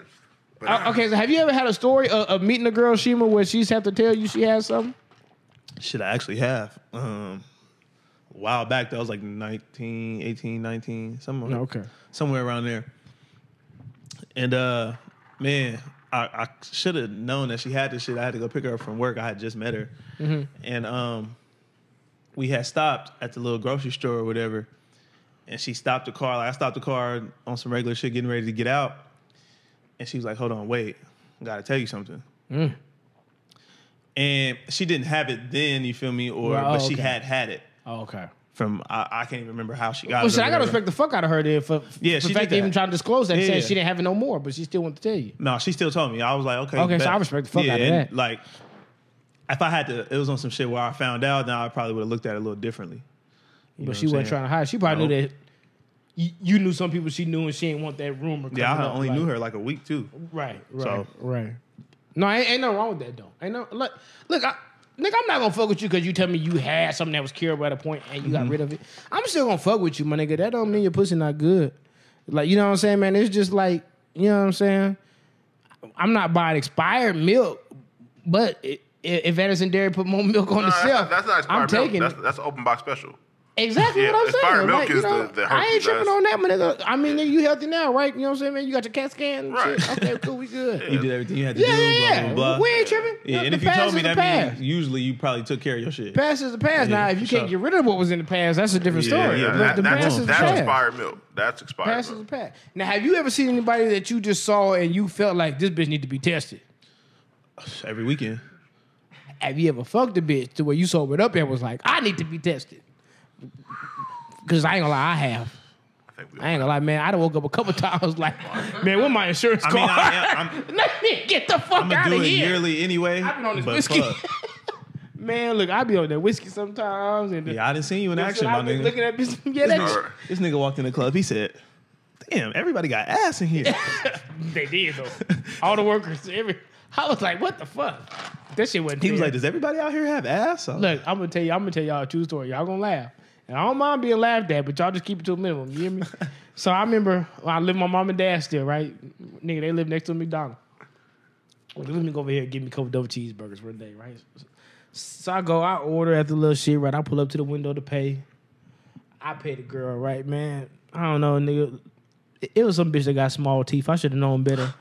D: But
A: Uh, okay, so have you ever had a story of, of meeting a girl Shima where she's had to tell you she has something?
E: Shit, I actually have. Um, a while back, that was like 19, 18, 19, somewhere,
A: okay.
E: somewhere around there. And uh, man, I, I should have known that she had this shit. I had to go pick her up from work. I had just met her.
A: Mm-hmm.
E: And um, we had stopped at the little grocery store or whatever. And she stopped the car. Like I stopped the car on some regular shit, getting ready to get out. And she was like, hold on, wait. I gotta tell you something
A: Mm.
E: and she didn't have it then. You feel me? Or
A: Right, oh,
E: but she
A: okay.
E: had had it
A: Oh, okay.
E: from I, I can't even remember how she got
A: Well,
E: it.
A: shit,
E: or
A: I gotta
E: whatever.
A: respect the fuck out of her then for,
E: Yeah,
A: for
E: she
A: the fact
E: did
A: they even
E: that.
A: trying to disclose that,
E: Yeah,
A: saying
E: yeah.
A: she didn't have it no more, but she still wanted to tell you.
E: No, she still told me. I was like, okay,
A: Okay, so
E: bet.
A: I respect the fuck
E: yeah,
A: out of
E: and,
A: that.
E: Like, if I had to, it was on some shit where I found out. Now I probably would have looked at it a little differently. You know
A: but she wasn't
E: what I'm saying?
A: trying to hide. She probably knew
E: Nope.
A: that you, you knew some people she knew, and she ain't want that rumor.
E: Yeah, I
A: coming up,
E: only
A: like-
E: knew her like a week too.
A: Right, right,
E: So-
A: right. No, ain't, ain't nothing wrong with that though. Ain't no look, look, I, nigga, I'm not gonna fuck with you because you tell me you had something that was curable at a point and you got rid of it. I'm still gonna fuck with you, my nigga. That don't mean your pussy not good. Like you know what I'm saying, man. It's just like you know what I'm saying. I'm not buying expired milk, but i- i- if Anderson Dairy put more milk on the
D: that's,
A: shelf,
D: not, that's not expired
A: I'm
D: milk.
A: taking
D: That's,
A: it.
D: that's an open box special.
A: Exactly
D: Yeah,
A: what I'm
D: expired
A: saying.
D: milk
A: like, you
D: is
A: know,
D: the- the
A: I ain't
D: herpes,
A: tripping
D: that's-
A: on that, man. Nigga, I mean, nigga, you healthy now, right? You know what I'm saying, man? You got your CAT scan. and
D: Right.
A: Shit. Okay, cool, we good.
E: You did everything you had to
A: Yeah,
E: do.
A: yeah,
E: blah,
A: yeah.
E: blah, blah.
A: We ain't tripping.
E: Yeah,
A: The-
E: and
A: the
E: if you told
A: past
E: me
A: is the
E: that
A: past.
E: means usually you probably took care of your shit.
A: Past is the past.
E: Yeah,
A: now, if you
E: for
A: can't
E: sure.
A: get rid of what was in the past, that's a different
E: Yeah,
A: story.
E: yeah,
A: But
D: that,
A: the
D: that's,
A: past is the
D: that's
A: past.
D: expired milk. That's expired
A: Past is the
D: milk.
A: past. Now, have you ever seen anybody that you just saw and you felt like this bitch need to be tested?
E: Every weekend.
A: Have you ever fucked a bitch to where you sobered up and was like, I need to be tested? Because I ain't gonna lie, I have.
D: I think we
A: I ain't gonna lie, man. I done woke up a couple times like, man, what my insurance
E: I
A: card?
E: mean, I, am
A: Let me get the fuck
E: I'm, I'm
A: out
E: gonna
A: of
E: do it
A: here.
E: yearly anyway.
A: I've been on this
E: but
A: whiskey.
E: fuck.
A: Man, look, I be on that whiskey sometimes. And
E: Yeah, I didn't see you in
A: That's
E: action,
A: what
E: my
A: I been
E: nigga.
A: looking at this. Yeah,
D: All
A: that
D: right.
E: This nigga walked in the club. He said, "Damn, everybody got ass in here."
A: they did though. All the workers, every. I was like, what the fuck? That shit wasn't.
E: He was
A: there.
E: like, "Does everybody out here have ass?" I was
A: look, I'm gonna tell you, I'm gonna tell y'all a true story. Y'all gonna laugh, and I don't mind being laughed at, but y'all just keep it to a minimum. You hear me? so I remember when I lived with my mom and dad still, right? Nigga, they live next to a McDonald's. Well, Let me go over here and get me a couple double cheeseburgers for the day, right? So I go, I order at the little shit, right? I pull up to the window to pay. I pay the girl, right, man? I don't know, nigga. It- It was some bitch that got small teeth. I should have known better.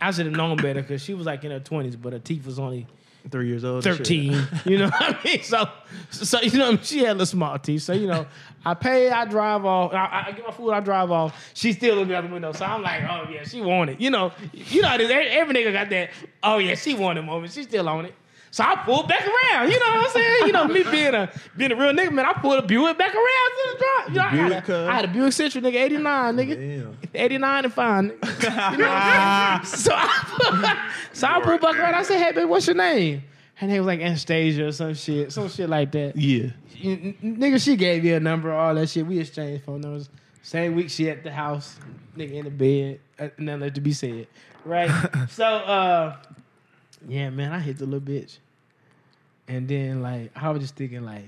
A: I should have known better because she was like in her twenties, but her teeth was only
E: three years old. and shit.
A: 13. You know what I mean? So, so you know, what I mean? she had a little small teeth. So, you know, I pay, I drive off, I, I get my food, I drive off. She's still looking out the window. So I'm like, oh, yeah, she want it. You know, you know, how this, every, every nigga got that, oh, yeah, she want it moment. She's still on it. So I pulled back around. You know what I'm saying? You know, me being a being a real nigga, man, I pulled a Buick back around to the drive. You know, I,
E: Buick,
A: had
E: huh?
A: a, I had a Buick Central, nigga, 89, nigga.
E: Damn.
A: 89 and fine. nigga. You know what I'm saying? So I, so I pulled back around. I said, hey, baby, what's your name? Her name was like Anastasia or some shit, some shit like that.
E: Yeah.
A: N- n- nigga, she gave me a number, all that shit. We exchanged phone numbers. Same week, she at the house, nigga in the bed. Uh, nothing left to be said, right? so, uh, yeah, man, I hit the little bitch, and then like I was just thinking like,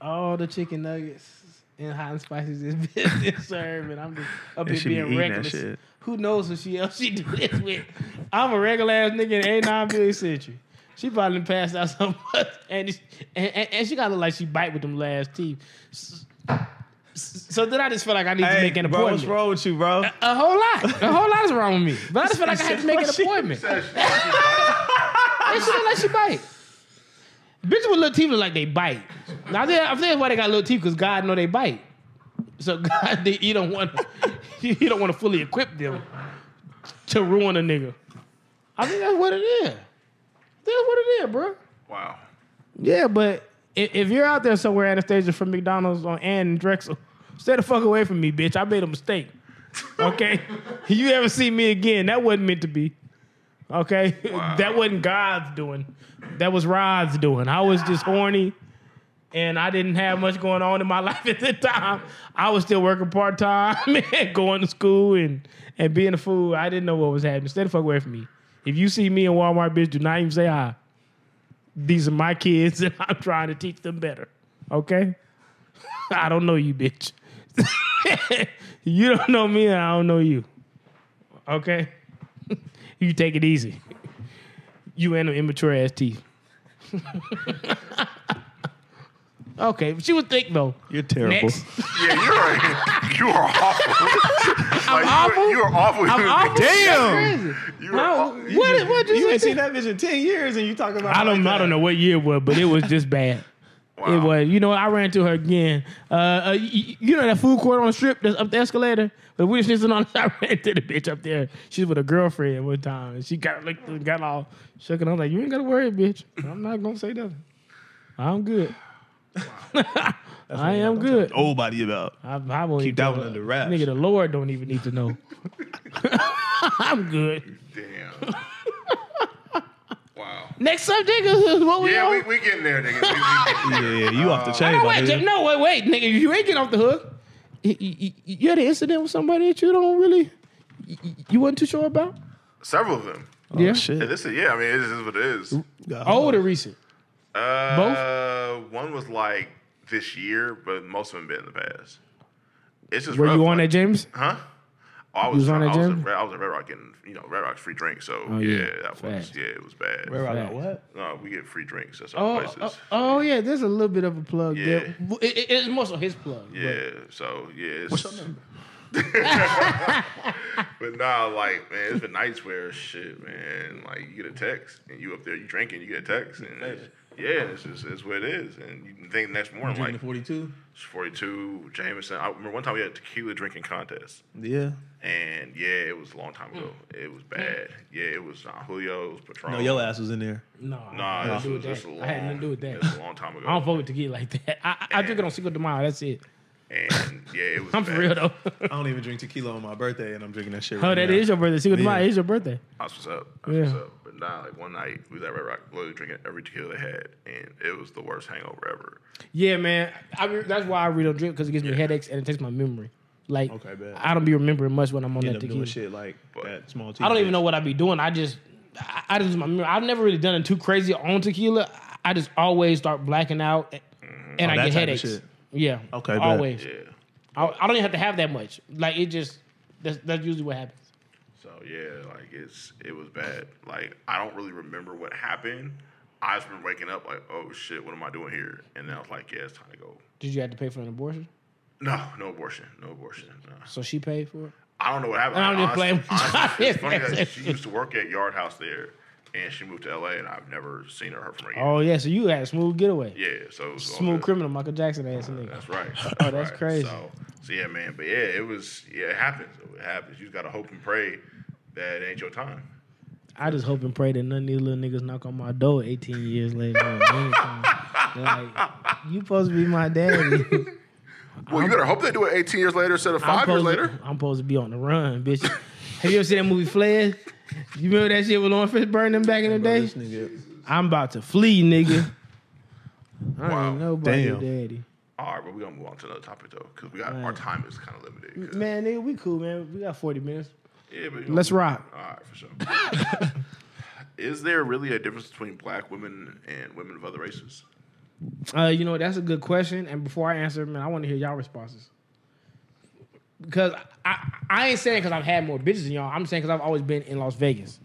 A: all the chicken nuggets and hot and spicy as this bitch is served, and I'm just up
E: And
A: here
E: she be
A: being
E: eating that
A: reckless.
E: shit.
A: Who knows what she else she do this with? I'm a regular ass nigga in the 89 billion century. She probably done passed out so much, and, it's- and, and and she got to look like she bite with them last teeth. S- s- So then I just feel like I need to make an
E: bro, what's
A: appointment.
E: wrong with you, bro?
A: A whole lot, a whole lot is wrong with me. But I just feel like I had to make an
E: She-
A: appointment.
D: That shit like
A: That shit look like she bite. Bitches with little teeth look like they bite. Now I think, I think that's why they got little teeth because God know they bite. So God, they, you don't want you don't want to fully equip them to ruin a nigga. I think that's what it is. That's what it is, bro.
D: you- Wow.
A: Yeah, but if, if you're out there somewhere Anastasia from McDonald's on Ann and Drexel, stay the fuck away from me, bitch. I made a mistake. Okay? you ever see me again, that wasn't meant to be. Okay? that wasn't God's doing. That was Rod's doing. I was just horny and I didn't have much going on in my life at the time. I was still working part time and going to school and, and being a fool. I didn't know what was happening. Stay the fuck away from me. If you see me in Walmart, bitch, do not even say hi these are my kids and I'm trying to teach them better. Okay? I don't know you, bitch. you don't know me and I don't know you. Okay? you take it easy. You and them immature ass teeth. okay, but she was thick though.
E: You're terrible.
A: Next.
D: Yeah, you're right. You are awful. I'm
A: awful?
D: You are awful.
A: I'm
D: human
A: awful.
D: being.
A: That's
E: Damn.
A: crazy.
D: You are
A: No,
D: aw-
A: what
D: you just-
A: did what you,
E: You ain't
A: say?
E: seen that bitch in ten years, and you talking about?
A: I don't I don't know what year it was, but it was just bad.
D: Wow.
A: It
E: Um,
A: was. You know, I ran to her again. Uh, uh y- y- you know that food court on the strip that's up the escalator? But we just on I ran to the bitch up there. She's with a girlfriend one time and she got like got all shook and I was like, You ain't gotta worry, bitch. I'm not gonna say nothing. I'm good. I am good.
E: Nobody about.
A: I, I won't
E: Keep
A: even-
E: that one under wraps.
A: Nigga, the Lord don't even need to know. I'm good.
D: Damn. wow.
A: Next subject is what we
D: Yeah,
A: on.
D: we, we getting there, nigga. We- we-
E: Yeah, yeah, you off the chain,
A: No,
E: my
A: Oh, wait,
E: nigga.
A: Jim, no, wait, wait, nigga, you ain't getting off the hook. You, you, you had an incident with somebody that you don't really, you, you wasn't too sure about.
D: several of them.
E: Oh,
A: yeah.
D: And
E: shit.
D: this is yeah. I mean, it is it is what it is.
E: God.
A: Old or recent?
D: Uh, Both. One was like this year, but most of them been in the past. It's just
A: Were
D: rough,
A: you on
D: like-
A: that, James?
D: Huh? Oh, I
A: was
D: was,
A: on
D: I,
A: that
D: was
A: gym? Oh,
D: at Red, I was at Red Rock getting you know Red Rock's free drinks, so yeah,
A: yeah.
D: that was
A: Facts.
D: yeah, it was bad.
E: Where I got
A: Facts.
E: what?
D: No, we get free drinks. That's all
A: Oh,
D: places.
A: oh, oh, yeah. There's a little bit of a plug
D: Yeah.
A: there. It, it- it's more so his plug. but-
D: Yeah, so yeah. It's, What's your number? but nah, like man, it's been nights where shit, man. Like you get a text and you up there, you drinking, you get a text, and it's, yeah, it's just it's what it is. And you think next morning like
E: forty-two.
D: it's 42 Jameson. I remember one time we had a tequila drinking contest,
E: Yeah.
D: and yeah, it was a long
A: Hmm.
D: time ago. It was bad. Yeah, it was not Julio, it was Patron.
E: No, your ass was in there.
A: No, I
D: Nah,
A: had
D: this
A: nothing
D: was
A: to do with
D: just a
A: that.
D: long.
A: I had nothing to do with
D: It was a
A: that.
D: long time ago.
A: I don't fuck with tequila like that. I, I, I drink it on Cinco de Mayo. That's it.
D: And yeah, it was.
A: I'm
D: bad.
A: for real though.
E: I don't even drink tequila on my birthday, and I'm drinking that shit.
A: oh,
E: right
A: that
E: now.
A: is your birthday. Cinco de
E: Yeah.
A: Mayo is your birthday.
D: That's what's up. That's what's
A: Yeah.
D: up. But nah, like one night we was at Red Rock, literally drinking every tequila they had, and it was the worst hangover ever.
A: Yeah, man. I re- that's why I really don't drink because it gives me headaches and it takes my memory. Like,
E: Okay, bet.
A: I don't be remembering much when I'm on
E: End
A: that
E: up doing
A: tequila.
E: shit like that small.
A: I don't even know what I be doing. I just, I, I just my memory. I've never really done it too crazy on tequila. I just always start blacking out and, and I get
E: Oh, that type of
A: headaches.
E: shit.
A: Yeah.
E: Okay, bet.
A: Always.
D: Yeah.
A: I, I don't even have to have that much. Like it just. That's, that's usually what happens.
D: So yeah, like it's it was bad. Like I don't really remember what happened. I just been waking up like, oh shit, what am I doing here? And then I was like, yeah, it's time to go.
A: Did you have to pay for an abortion?
D: No, no abortion, no abortion. No.
A: So she paid for it.
D: I don't know what happened.
A: I'm
D: Like,
A: just playing with you.
D: honestly, it's funny that she used to work at Yard House there, and she moved to LA, and I've never seen her heard from her again.
A: Oh yeah, so you had a smooth getaway.
D: Yeah, so it was all
A: Smooth
D: good.
A: criminal, Michael Jackson ass nigga.
D: That's right. That's
A: that's
D: right.
A: crazy.
D: So, so yeah, man. But yeah, it was. Yeah, it happens. It happens. You just gotta hope and pray that it ain't your time.
A: I just hope and pray that none of these little niggas knock on my door 18 years later. or anything. They're like, you supposed to be my daddy.
D: Well, you better hope they do it 18 years later instead of
A: I'm
D: five years
A: supposed to-
D: later.
A: I'm supposed to be on the run, bitch. Have you ever seen that movie Fled? You remember that shit with Lawrence Fishburne them back in the day?
E: This nigga.
A: I'm about to flee, nigga. I
D: Wow.
A: ain't nobody
E: Damn.
A: daddy.
D: All right, but we are gonna move on to another topic though, because we got our
A: Right.
D: time is kind of limited. 'cause-
A: Man, nigga, we cool, man. We got 40 minutes.
D: Yeah, but you know-
A: Let's rock.
D: All right, for sure. is there really a difference between black women and women of other races?
A: Uh, you know, that's a good question. And before I answer, man, I want to hear y'all responses. Because I, I ain't saying because I've had more bitches than y'all. I'm saying because I've always been in Las Vegas.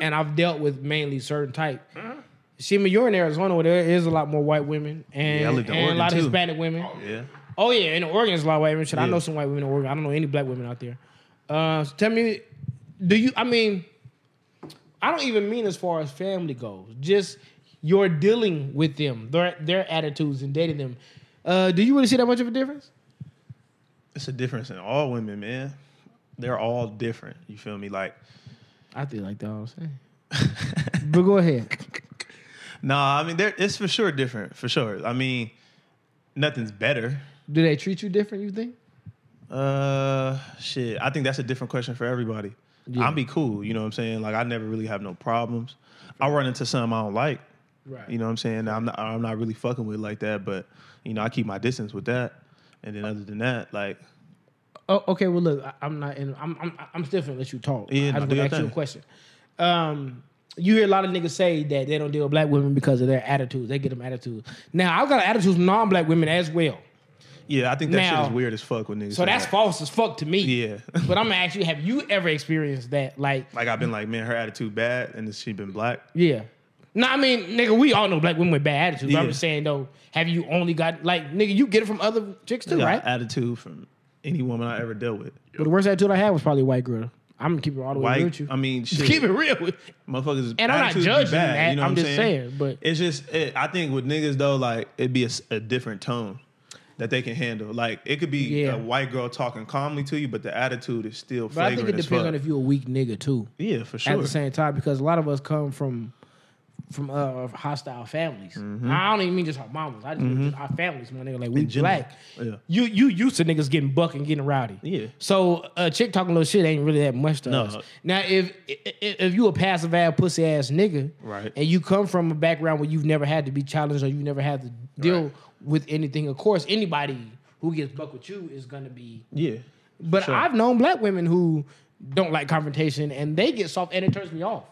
A: And I've dealt with mainly certain type. Shima, you're in Arizona where there is a lot more white women and,
E: Yeah, I lived in
A: and
E: Oregon,
A: a lot of
E: too.
A: Hispanic women.
E: Yeah.
A: Oh yeah, in Oregon there's a lot of white women. Shit, I
E: Yeah.
A: know some white women in Oregon. I don't know any black women out there. Uh, so tell me, do you? I mean, I don't even mean as far as family goes. Just you're dealing with them, their their attitudes, and dating them. Uh, do you really see that much of a difference?
E: It's a difference in all women, man. They're all different. You feel me? Like
A: I feel like that all the same. but go ahead.
E: Nah, I mean, there it's for sure different, for sure. I mean, nothing's better.
A: Do they treat you different? You think?
E: Uh, shit. I think that's a different question for everybody. I'll be cool. You know what I'm saying? Like, I never really have no problems. I run into something I don't like.
A: Right.
E: You know what I'm saying? I'm not, I'm not really fucking with it like that, but you know, I keep my distance with that. And then other than that, like,
A: Oh, okay. Well, look, I, I'm not. In, I'm I'm I'm still gonna let you talk.
E: Yeah,
A: I
E: no,
A: just
E: do
A: to
E: your
A: ask you a
E: thing.
A: question. Um, you hear a lot of niggas say that they don't deal with black women because of their attitudes. They get them attitudes. Now I've got attitudes from non-black women as well.
E: yeah, I think that
A: Now-
E: shit is weird as fuck with niggas.
A: So
E: say
A: that's
E: that.
A: false as fuck to me.
E: Yeah.
A: but I'm gonna ask you: Have you ever experienced that? Like,
E: Like, I've been like, man, her attitude bad, and she been black.
A: yeah. No, I mean, nigga, we all know black women with bad attitudes. But I'm
E: Yeah.
A: just saying though, have you only got like, nigga, you get it from other chicks too,
E: Got
A: right?
E: Attitude from any woman I ever dealt with.
A: but the worst attitude I had was probably a white girl. I'm gonna keep it all the way real
E: White,
A: with you.
E: I mean, shit.
A: keep it real. with-
E: motherfuckers.
A: And I'm not
E: attitudes be
A: judging
E: bad,
A: that.
E: You know
A: I'm
E: what
A: just saying, but-
E: it's just it, I think with niggas though, like it'd be a, s- a different tone that they can handle. Like it could be
A: Yeah.
E: a white girl talking calmly to you, but the attitude is still.
A: But I think it
E: flagrant as
A: depends
E: fuck.
A: on if you're a weak nigga too.
E: Yeah, for sure.
A: At the same time, because a lot of us come from from uh, hostile families.
E: Mm-hmm.
A: I don't even mean just our mamas. I just mean just our families. My nigga, like we
E: general.
A: black.
E: Yeah.
A: You you used to niggas getting buck and getting rowdy.
E: Yeah.
A: So a chick talking little shit ain't really that much to
E: No.
A: us. Now if if, if you a passive ass pussy ass nigga,
E: Right.
A: and you come from a background where you've never had to be challenged or you've never had to deal
E: Right.
A: with anything, of course anybody who gets buck with you is gonna be
E: yeah,
A: but
E: Sure.
A: I've known black women who don't like confrontation and they get soft and it turns me off.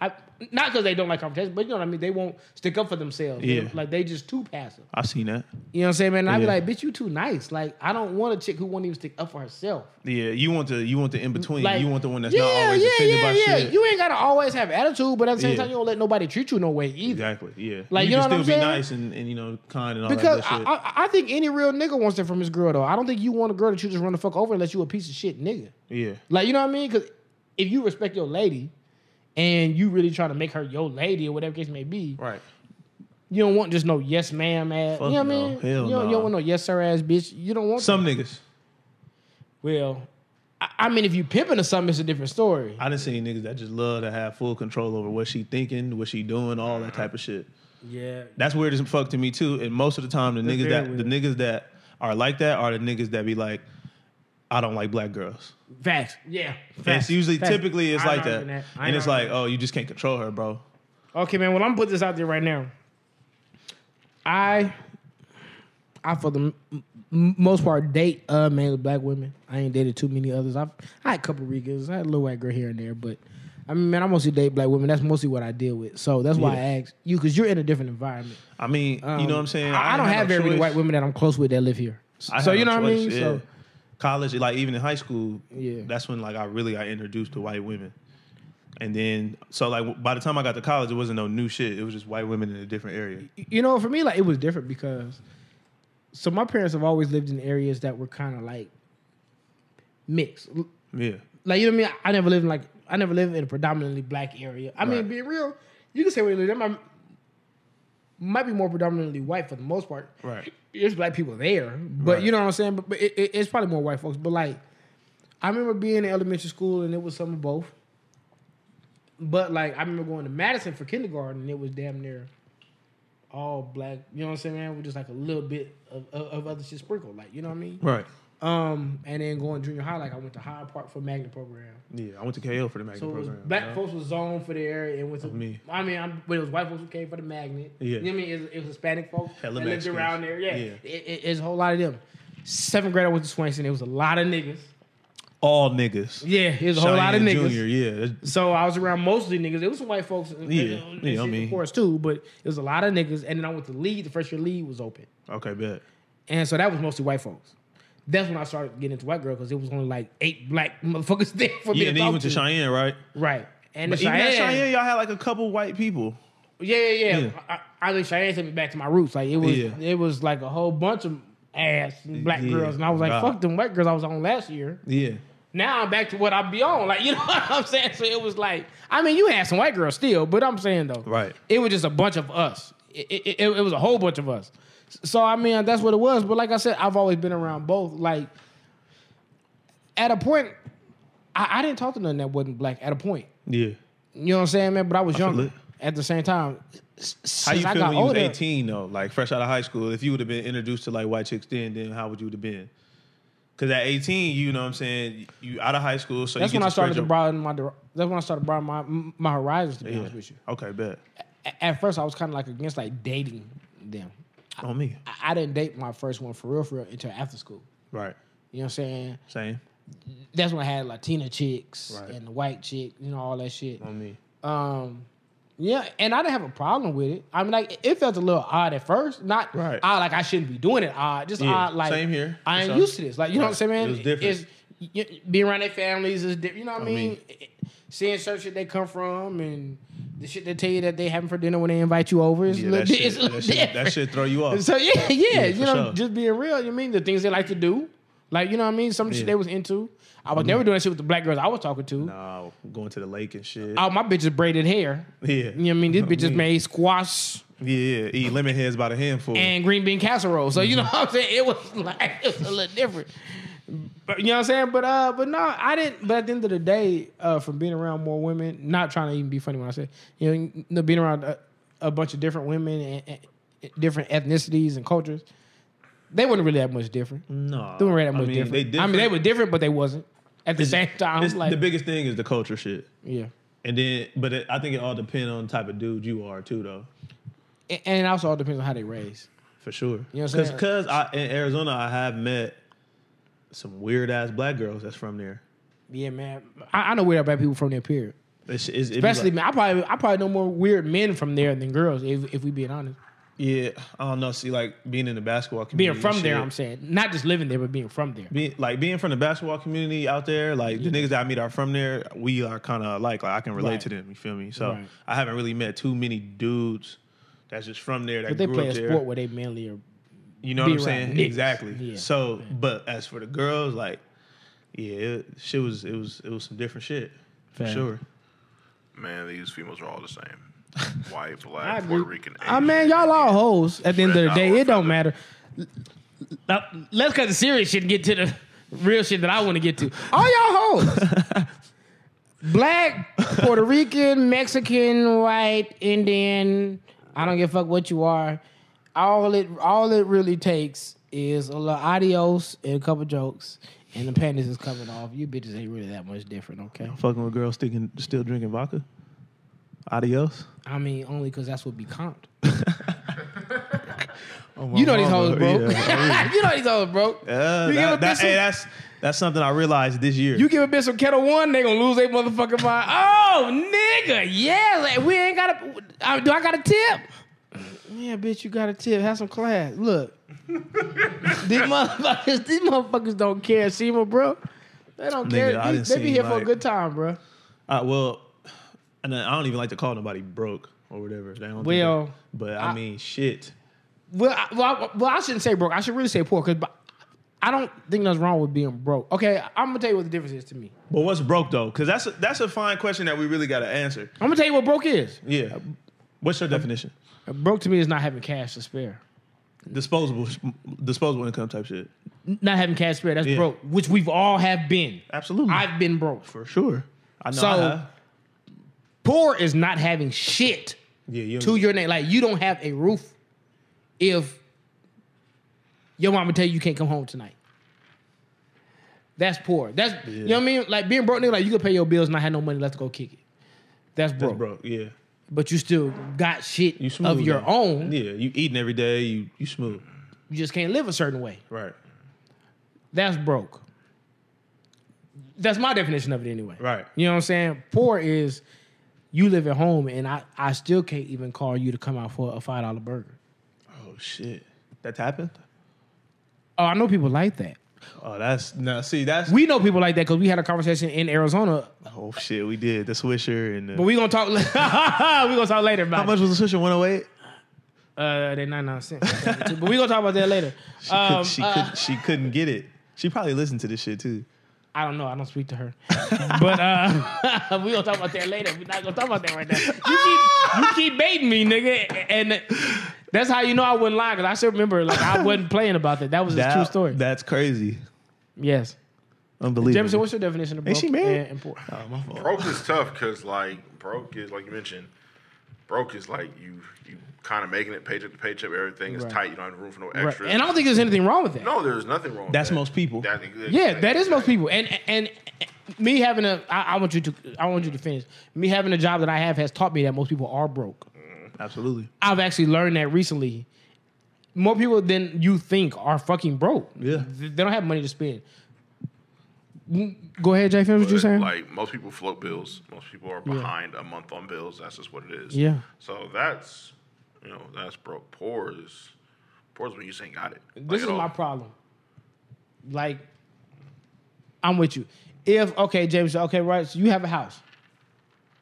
A: I not because they don't like confrontation, but you know what I mean. They won't stick up for themselves. They
E: Yeah.
A: don't- like they just too passive.
E: I've seen that.
A: You know what I'm saying, man? And I'd be
E: Yeah.
A: like, bitch, you too nice. Like I don't want a chick who won't even stick up for herself.
E: Yeah, you want the you want the in between.
A: Like
E: you want the one that's not always offended by shit.
A: You ain't gotta always have attitude, but at the same
E: Yeah.
A: time, you don't let nobody treat you no way either.
E: exactly. Yeah,
A: Like,
E: you,
A: you know
E: can
A: what
E: still
A: I'm
E: be
A: saying?
E: nice and, and you know kind and all
A: Because
E: that
A: I,
E: good shit.
A: I, I think any real nigga wants that from his girl though. I don't think you want a girl that you just run the fuck over unless you a piece of shit nigga.
E: yeah,
A: Like, you know what I mean? Because if you respect your lady and you really trying to make her your lady or whatever case may be,
E: right.
A: you don't want just no yes ma'am ass.
E: Fuck
A: you know what I
E: no.
A: mean?
E: Hell
A: you, don't, you
E: no.
A: don't want no yes sir ass bitch. You don't want
E: Some niggas.
A: Well, I, I mean, if you pimping or something, it's a different story.
E: I done seen niggas that just love to have full control over what she thinking, what she doing, all that type of shit.
A: yeah.
E: That's weird as fuck to me too. And most of the time, the niggas
A: very
E: that the
A: weird.
E: niggas that are like that are the niggas that be like, I don't like black girls.
A: Facts. Yeah.
E: It's usually
A: Facts.
E: typically it's
A: I
E: like
A: know
E: that,
A: that. I
E: and it's
A: know
E: like,
A: that.
E: oh, you just can't control her, bro.
A: Okay, man. Well, I'm gonna put this out there right now. I, I for the m- m- most part date uh mainly black women. I ain't dated too many others. I've I had a couple Ricans. I had a little white girl here and there, but I mean, man, I mostly date black women. That's mostly what I deal with. So that's why I asked you because you're in a different environment.
E: I mean, you know what I'm saying?
A: Um, I, I don't
E: ain't
A: have
E: no
A: very many
E: choice.
A: white women that I'm close with that live here.
E: I
A: so
E: had
A: you
E: no
A: know what I mean?
E: choice, yeah.
A: So
E: college, like even in high school,
A: Yeah.
E: that's when like I really I introduced to white women. And then, so like by the time I got to college, it wasn't no new shit. It was just white women in a different area.
A: you know, for me, like it was different because so my parents have always lived in areas that were kind of like mixed.
E: Yeah,
A: like you know what I mean. I never lived in like I never lived in a predominantly black area. I mean,
E: Right.
A: being real, you can say where you live. That might, might be more predominantly white for the most part.
E: Right.
A: There's black people there, but
E: Right.
A: you know what I'm saying. But, but it, it- it's probably more white folks. But like, I remember being in elementary school and it was some of both. But like, I remember going to Madison for kindergarten and it was damn near all black. You know what I'm saying, man? With just like a little bit of, of, of other shit sprinkled, like you know what I mean.
E: right.
A: Um, and then going junior high, like I went to Hyde Park for magnet program.
E: Yeah, I went to KL for the magnet
A: So it was
E: program.
A: black
E: you know?
A: folks was zoned for the area and went to
E: me.
A: I mean, I'm, but it was white folks who came for the magnet.
E: Yeah.
A: you know what I mean, it was, it was Hispanic folks
E: Hella
A: that lived
E: Mexicans.
A: around there. Yeah,
E: Yeah.
A: It, it- it's a whole lot of them. Seventh grade, I went to Swanson. It was a lot of niggas.
E: all niggas.
A: Yeah, it was a whole lot of
E: Cheyenne
A: niggas.
E: Junior, yeah, that's-
A: So I was around mostly niggas. It was some white folks. in-
E: Yeah,
A: in-
E: yeah, I
A: in
E: mean-
A: Of course, too, but it was a lot of niggas. And then I went to lead. The first year lead was open.
E: okay, bet.
A: And so that was mostly white folks. That's when I started getting into white girl because it was only like eight black motherfuckers there for me
E: Yeah,
A: to
E: and then
A: talk
E: you went to Cheyenne, right?
A: Right. And
E: But
A: the
E: even at
A: Cheyenne,
E: Cheyenne, y'all had like a couple white people.
A: Yeah, yeah, yeah.
E: Yeah.
A: I, I think Cheyenne took me back to my roots. Like it was,
E: Yeah.
A: it was like a whole bunch of ass black
E: Yeah,
A: girls, and I was like,
E: right.
A: fuck them white girls I was on last year.
E: Yeah,
A: Now I'm back to what I be on. Like you know what I'm saying? So it was like, I mean, you had some white girls still, but I'm saying though,
E: Right.
A: It was just a bunch of us. It, it, it, it was a whole bunch of us. So I mean, that's what it was. But like I said, I've always been around both. Like at a point, I, I didn't talk to none that wasn't black. At a point.
E: yeah.
A: You know what I'm saying, man? But I was
E: feel
A: younger
E: it.
A: at the same time. s- Since
E: How you
A: I
E: feel
A: got
E: when you was
A: older,
E: 18 though, like fresh out of high school? If you would have been introduced to like white chicks then, then how would you have been? Because at 18, you know what I'm saying, you out of high school, so
A: That's
E: you
A: when
E: get
A: I
E: to spread
A: started to
E: your-
A: broaden my. dir- That's when I started broadening my my horizons. To be honest
E: Yeah.
A: with you,
E: Okay, bet
A: A- at first I was kind of like against like dating them.
E: on me,
A: I- I didn't date my first one for real, for real until after school.
E: right?
A: You know what I'm saying?
E: Same
A: That's when I had Latina chicks
E: Right.
A: and the white chick, you know, all that shit.
E: on me.
A: Um, yeah, and I didn't have a problem with it. I mean, like it felt a little odd at first. Not
E: Right.
A: odd, like I shouldn't be doing it. Odd, just
E: Yeah,
A: odd. Like
E: same here,
A: I
E: for
A: ain't
E: sure.
A: used to this. Like you know what I'm saying,
E: Right.
A: man.
E: It was different.
A: It's- y- being around their families is different. You know what I
E: I
A: mean?
E: mean-
A: It- Seeing certain shit they come from and the shit they tell you that they having for dinner when they invite you over. It's a
E: Yeah,
A: little
E: that
A: di- it's
E: shit,
A: a little
E: that, shit, that
A: different.
E: shit throw you off.
A: So yeah, yeah,
E: Yeah,
A: you
E: for
A: know,
E: sure.
A: just being real. You mean the things they like to do, like you know what I mean. Some shit
E: Yeah. Mm-hmm.
A: they was into. I was never doing that shit with the black girls I was talking to.
E: Nah, going to the lake and shit.
A: All my bitches braided hair.
E: yeah,
A: You know what I mean? This bitch just made squash
E: Yeah, yeah, eat lemon heads by the handful.
A: and green bean casserole. So you know
E: Mm-hmm.
A: what I'm saying? It was like it was a little different. But you know what I'm saying? But uh, but no, I didn't. But at the end of the day, uh, from being around more women, not trying to even be funny when I say, you know, you know, being around a, a bunch of different women and, and different ethnicities and cultures, they weren't really that much different.
E: no,
A: They weren't really that
E: I
A: much
E: mean,
A: different.
E: They
A: I mean, they were different, but they wasn't at the same time.
E: It's-
A: Like,
E: the biggest thing is the culture shit,
A: yeah.
E: and then, but it, I think it all depends on the type of dude you are too, though.
A: And, and it also all depends on how they raised.
E: For sure.
A: You know what I'm
E: Cause,
A: saying?
E: Cause I in Arizona I have met some weird ass black girls that's from there.
A: Yeah, man. I, I know where black people from their period.
E: It's, it's, it be
A: Especially,
E: like-
A: man, I probably I probably know more weird men from there than girls. If if we being honest,
E: yeah, I don't know. See, like being in the basketball community,
A: being from
E: and
A: there,
E: Mm, shit.
A: I'm saying not just living there, but being from there.
E: Being, like being from the basketball community out there, like the niggas that I meet are from there. We are kind of alike. Like I can relate
A: Right.
E: to them. You feel me? So
A: Right.
E: I haven't really met too many dudes that's just from there that
A: But they
E: grew
A: play
E: up
A: a
E: there.
A: sport where they mainly are.
E: You know what
A: be
E: I'm
A: around
E: saying?
A: niggas.
E: Exactly.
A: Yeah.
E: So, but as for the girls, like, yeah, it, shit was it was it was some different shit for
A: Fair.
E: sure.
D: Man, these females are all the same. White,
A: I
D: black,
A: agree.
D: Puerto Rican.
A: I
D: Asian,
A: mean, y'all all
D: Indian.
A: hoes. At the end of the
D: Nah,
A: day,
D: we're
A: it don't
D: from-
A: matter. Now, let's cut the serious shit and get to the real shit that I want to get to. All y'all hoes. Black, Puerto Rican, Mexican, white, Indian. I don't give a fuck what you are. All it all it really takes is a little adios and a couple jokes, and the panties is coming off. You bitches ain't really that much different, okay?
E: Fucking with girls sticking, still drinking vodka. Adios.
A: I mean, only because that's what be comped.
E: Oh,
A: You know these hoes, bro. you know these hoes, bro.
E: Uh,
A: you give a
E: that,
A: bitch
E: that,
A: some,
E: hey, that's that's something I realized this year.
A: you give a bitch some kettle one, they gonna lose their motherfucking mind. Oh, nigga, yeah, like, we ain't got a. I, do I got a tip? Yeah, bitch, you got a tip. Have some class. Look, these motherfuckers, these motherfuckers don't care, Seema, bro. They don't care.
E: Nigga, I
A: They-
E: done
A: they be
E: seen,
A: here for a
E: like-
A: good time, bro.
E: Uh, well, and I don't even like to call nobody broke or whatever. They don't do
A: Well,
E: that. but I,
A: I-
E: mean, shit.
A: Well, I, well, I, well, I shouldn't say broke. I should really say poor because I don't think nothing's wrong with being broke. Okay, I'm gonna tell you what the difference is to me.
E: But what's broke though? Because that's a, that's a fine question that we really got to answer.
A: I'm gonna tell you what broke is.
E: Yeah. What's your definition?
A: Broke to me is not having cash to spare.
E: Disposable, disposable income type shit.
A: Not having cash to spare. That's
E: Yeah.
A: broke, which we've all have been.
E: Absolutely.
A: I've been broke.
E: For sure. I know.
A: So-
E: I have.
A: Poor is not having shit
E: yeah, you
A: to your name. Like you don't have a roof if your mama tell you you can't come home tonight. That's poor. That's you know what I mean. Like being broke, nigga. Like you could pay your bills and I had no money left to go kick it. That's broke.
E: That's broke. Yeah,
A: But you still got shit
E: you smooth
A: of your
E: though.
A: own.
E: Yeah, you eating every day. You you smooth.
A: You just can't live a certain way.
E: Right.
A: That's broke. That's my definition of it anyway.
E: Right.
A: You know what I'm saying? Poor is you live at home and I, I still can't even call you to come out for a five dollar burger.
E: Oh shit, that's happened.
A: Oh, I know people like that.
E: Oh, that's now. See, that's
A: We know people like that because we had a conversation in Arizona.
E: oh shit. We did the swisher and the,
A: But we gonna talk. we gonna talk later about
E: how much was the swisher? One oh eight.
A: It. Uh, they ninety nine cents. but we gonna talk about that later.
E: She
A: Um,
E: could, she,
A: uh,
E: could, she couldn't get it. She probably listened to this shit too.
A: I don't know. I don't speak to her. but uh, we gonna talk about that later. We're not gonna talk about that right now. You keep, you keep baiting me, nigga, and that's how you know I wouldn't lie because I still remember like I wasn't playing about that. That was a
E: That-
A: true story.
E: That's crazy.
A: yes.
E: Unbelievable.
A: Jefferson, what's your definition of broke
E: Ain't she married?
A: and- and poor?
E: oh, my fault.
D: Broke is tough because like broke is like you mentioned, broke is like you you kind of making it paycheck to paycheck. Everything is
A: Right.
D: tight. You don't have room for no
A: Right.
D: extras.
A: And I don't think there's anything wrong with that.
D: no, there's nothing wrong. with
E: That's
D: that.
E: most people.
D: That-
A: Yeah, that is most people. And and and me having a, I, I want you to, I want you to finish. Me having a job that I have has taught me that most people are broke.
E: Absolutely.
A: I've actually learned that recently. More people than you think are fucking broke.
E: Yeah.
A: They don't have money to spend. Mm, Go ahead, Jay. Finish what you're
D: But,
A: saying.
D: Like most people float bills. Most people are behind a month on bills. That's just what it is.
A: Yeah.
D: So that's you know that's broke. Poor is poor is when you just ain't got it.
A: this
D: Like,
A: is
D: at all.
A: my problem. Like, I'm with you. If okay, James, okay, right? So you have a house,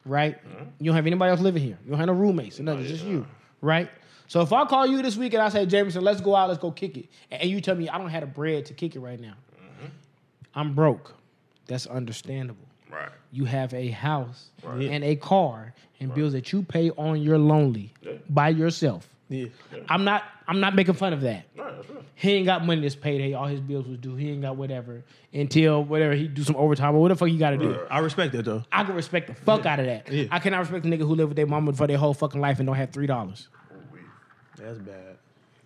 A: right?
D: Mm-hmm.
A: You don't have anybody else living here. You don't have no roommates. or nothing. It's just you, right? So if I call you this week and I say, Jameson, let's go out, let's go kick it, and you tell me I don't have the bread to kick it right now,
D: Mm-hmm.
A: I'm broke. That's understandable.
D: Right.
A: You have a house and a car and bills that you pay on your lonely
D: Yeah.
A: by yourself.
E: Yeah.
A: I'm not. I'm not making fun of that
D: Right, that's right.
A: he ain't got money this payday. All his bills was due. He ain't got whatever until whatever he do some overtime or what the fuck you got to do.
E: I respect that though.
A: I can respect the fuck out of that.
E: Yeah.
A: I cannot respect a nigga who live with their mama for their whole fucking life and don't have three dollars.
E: That's bad.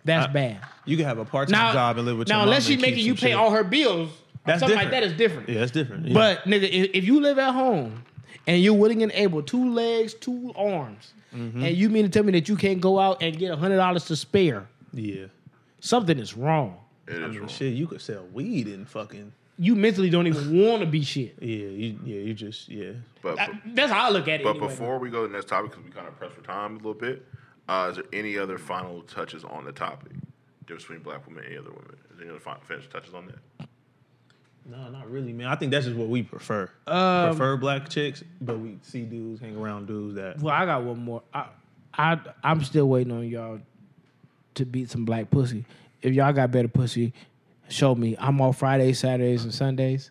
A: That's bad.
E: You can have a part time
A: Now,
E: job and live with
A: now
E: your
A: unless
E: mama
A: she
E: and keep
A: making you
E: some
A: pay
E: shit.
A: all her bills, or
E: That's
A: something like that
E: different.
A: is different.
E: Yeah, that's different. Yeah.
A: But nigga, if, if you live at home and you're willing and able, two legs, two arms, and you mean to tell me that you can't go out and get hundred dollars to spare,
E: yeah,
A: something is wrong.
D: It is
E: I mean,
D: wrong.
E: shit, you could sell weed and fucking
A: You mentally don't even want to be shit.
E: yeah, you, yeah, you just yeah.
D: But, but,
A: I- that's how I look at it.
D: but
A: anyway.
D: before we go to the next topic, because we kind of pressed for time a little bit, uh, is there any other final touches on the topic? Difference between black women and any other women. Is there any other final finish touches on that?
E: No, not really, man. I think that's just what we prefer.
A: Um,
E: prefer black chicks, but we see dudes hang around dudes that
A: Well, I got one more. I, I, I'm still waiting on y'all to beat some black pussy. If y'all got better pussy, show me. I'm off Fridays, Saturdays, and Sundays.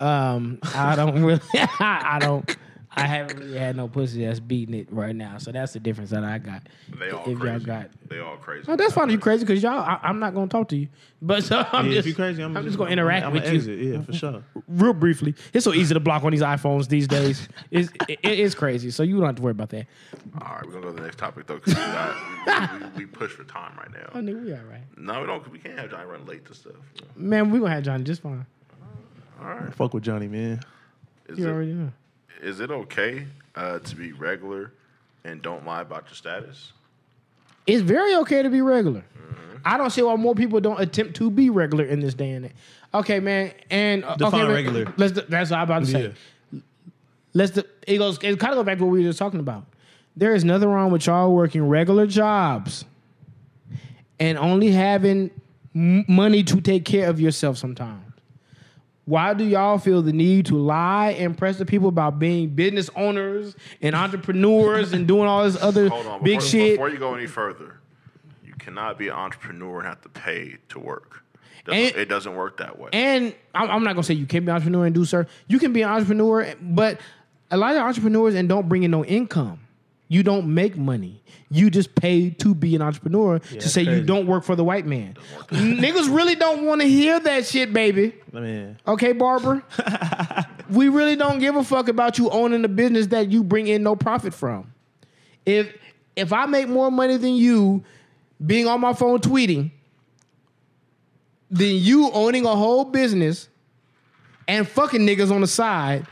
A: Um, I don't really. I don't. I haven't really had no pussy that's beating it right now. So that's the difference that I got.
D: They all
A: if
D: crazy.
A: y'all got.
D: they all crazy.
A: Oh, that's fine. You crazy because y'all. I, I'm not gonna talk to you. But so I'm
E: yeah,
A: just.
E: if you crazy, I'm,
A: I'm just gonna interact
E: I'm
A: with you.
E: exit. Yeah, for sure.
A: real briefly, it's so easy to block on these iPhones these days. It's, it, it's crazy. So you don't have to worry about that.
D: All right, we're gonna go to the next topic though, because we, got- we, we, we push for time right
A: Oh,
D: now.
A: nigga, we all right.
D: No, we don't. 'cause We can't have Johnny run late to stuff.
A: Man, we're gonna have Johnny just fine.
E: Fuck with Johnny, man.
D: Is
A: You
D: it,
A: already know.
D: is it okay uh, to be regular and don't lie about your status?
A: It's very okay to be regular.
D: Mm-hmm.
A: I don't see why more people don't attempt to be regular in this day and age. Okay, man, and uh,
E: Define
A: okay, man,
E: regular.
A: Let's. That's what I'm about to say.
E: Yeah.
A: Let's. De- it goes. It kind of go back to what we were just talking about. There is nothing wrong with y'all working regular jobs and only having m- money to take care of yourself sometimes. Why do y'all feel the need to lie and press the people about being business owners and entrepreneurs and doing all this other
D: Hold on,
A: big
D: before,
A: shit?
D: Before you go any further, you cannot be an entrepreneur and have to pay to work. Doesn't-
A: And-
D: it doesn't work that way.
A: and I'm, I'm not gonna say you can't be an entrepreneur and do certain. You can be an entrepreneur, but a lot of entrepreneurs and don't bring in no income. You don't make money. You just pay to be an entrepreneur to
E: that's
A: say you
E: crazy.
A: don't work for the white man. Niggas really don't want to hear that shit, baby.
E: Man,
A: Okay, Barbara. we really don't give a fuck about you owning a business that you bring in no profit from. If if I make more money than you being on my phone tweeting, then you owning a whole business and fucking niggas on the side,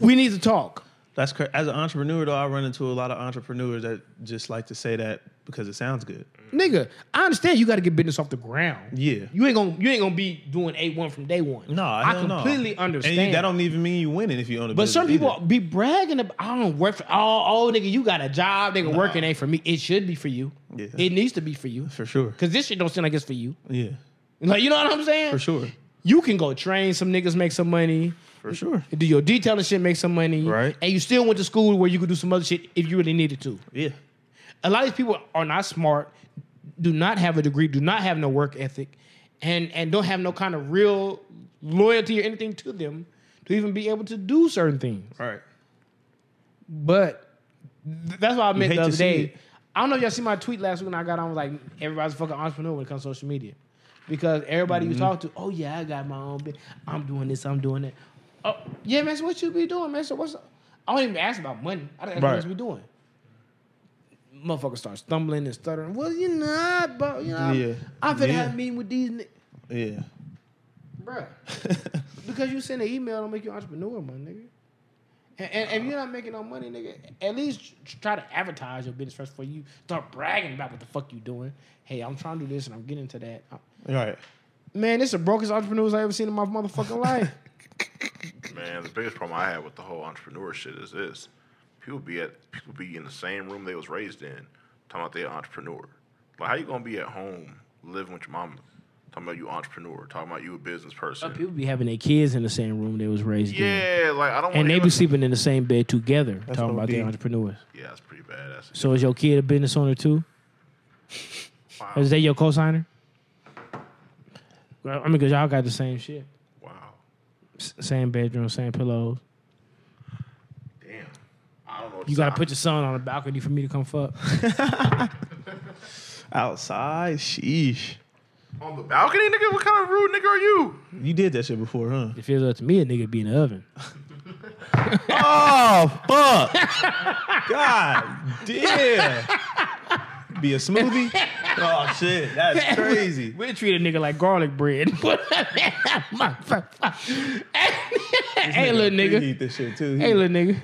A: we need to talk.
E: That's cra- as an entrepreneur though. I run into a lot of entrepreneurs that just like to say that because it sounds good.
A: Nigga, I understand you got to get business off the ground.
E: Yeah.
A: You ain't gonna you ain't gonna be doing a one from day one.
E: No,
A: I,
E: hell no.
A: completely understand.
E: And you, that don't even mean you winning if you own a
A: but
E: business.
A: some people
E: either.
A: be bragging about I don't work for oh, oh nigga, you got a job, nigga working ain't for me. It should be for you.
E: Yeah.
A: It needs to be for you.
E: for sure.
A: Cause this shit don't seem like it's for you.
E: Yeah,
A: Like you know what I'm saying?
E: for sure,
A: You can go train some niggas, make some money.
E: for sure.
A: Do your detailing shit, make some money.
E: Right.
A: And you still went to school where you could do some other shit if you really needed to.
E: Yeah,
A: a lot of these people are not smart, do not have a degree, do not have no work ethic, and and don't have no kind of real loyalty or anything to them to even be able to do certain things.
E: all right.
A: But th- that's why I meant the
E: hate to
A: other
E: see
A: day.
E: it.
A: I don't know if y'all see my tweet last week when I got on was like everybody's a fucking entrepreneur when it comes to social media. Because everybody
E: Mm-hmm.
A: you talk to, oh yeah, I got my own bit. I'm doing this, I'm doing that. Oh, yeah, man, so what you be doing, man? So what's I don't even ask about money. I don't ask
E: Right.
A: what you be doing. Motherfucker start stumbling and stuttering. Well, you know, I- bro, you know, I'm-
E: Yeah.
A: I'm finna
E: Yeah.
A: have a meeting with these ni-
E: Yeah,
A: Bruh. because you send an email don't make you an entrepreneur, my nigga. And, and if you're not making no money, nigga, at least tr- try to advertise your business first before you start bragging about what the fuck you doing. Hey, I'm trying to do this and I'm getting into that. I-
E: all right.
A: Man, this is the brokest entrepreneurs I ever seen in my motherfucking life.
D: Man, the biggest problem I had with the whole entrepreneur shit is this: people be at people be in the same room they was raised in, talking about they an entrepreneur. Like, how you gonna be at home living with your mama, talking about you entrepreneur, talking about you a business person?
A: People be having their kids in the same room they was raised in.
D: yeah, like I don't.
A: And
D: wanna
A: they
D: hear-
A: be sleeping in the same bed together, talking
E: what
A: about
E: it
A: their
E: be.
A: entrepreneurs.
D: Yeah, that's pretty bad. That's
A: So is your kid a business owner too?
D: wow.
A: Is that your co-signer? Well, I mean, because y'all got the same shit.
D: wow.
A: S- same bedroom, same pillows.
D: Damn. I don't know. What
A: You gotta put your son on a balcony for me to come fuck.
E: Outside, sheesh.
D: on the balcony, nigga. What kind of rude nigga are you?
E: You did that shit before, huh?
A: It feels up to me a nigga be in the oven.
E: Oh fuck! God damn! Be a smoothie? Oh shit, that's crazy.
A: We treat a nigga like garlic bread. Motherfucker. hey little nigga.
E: Preheat this shit too.
A: Hey little nigga.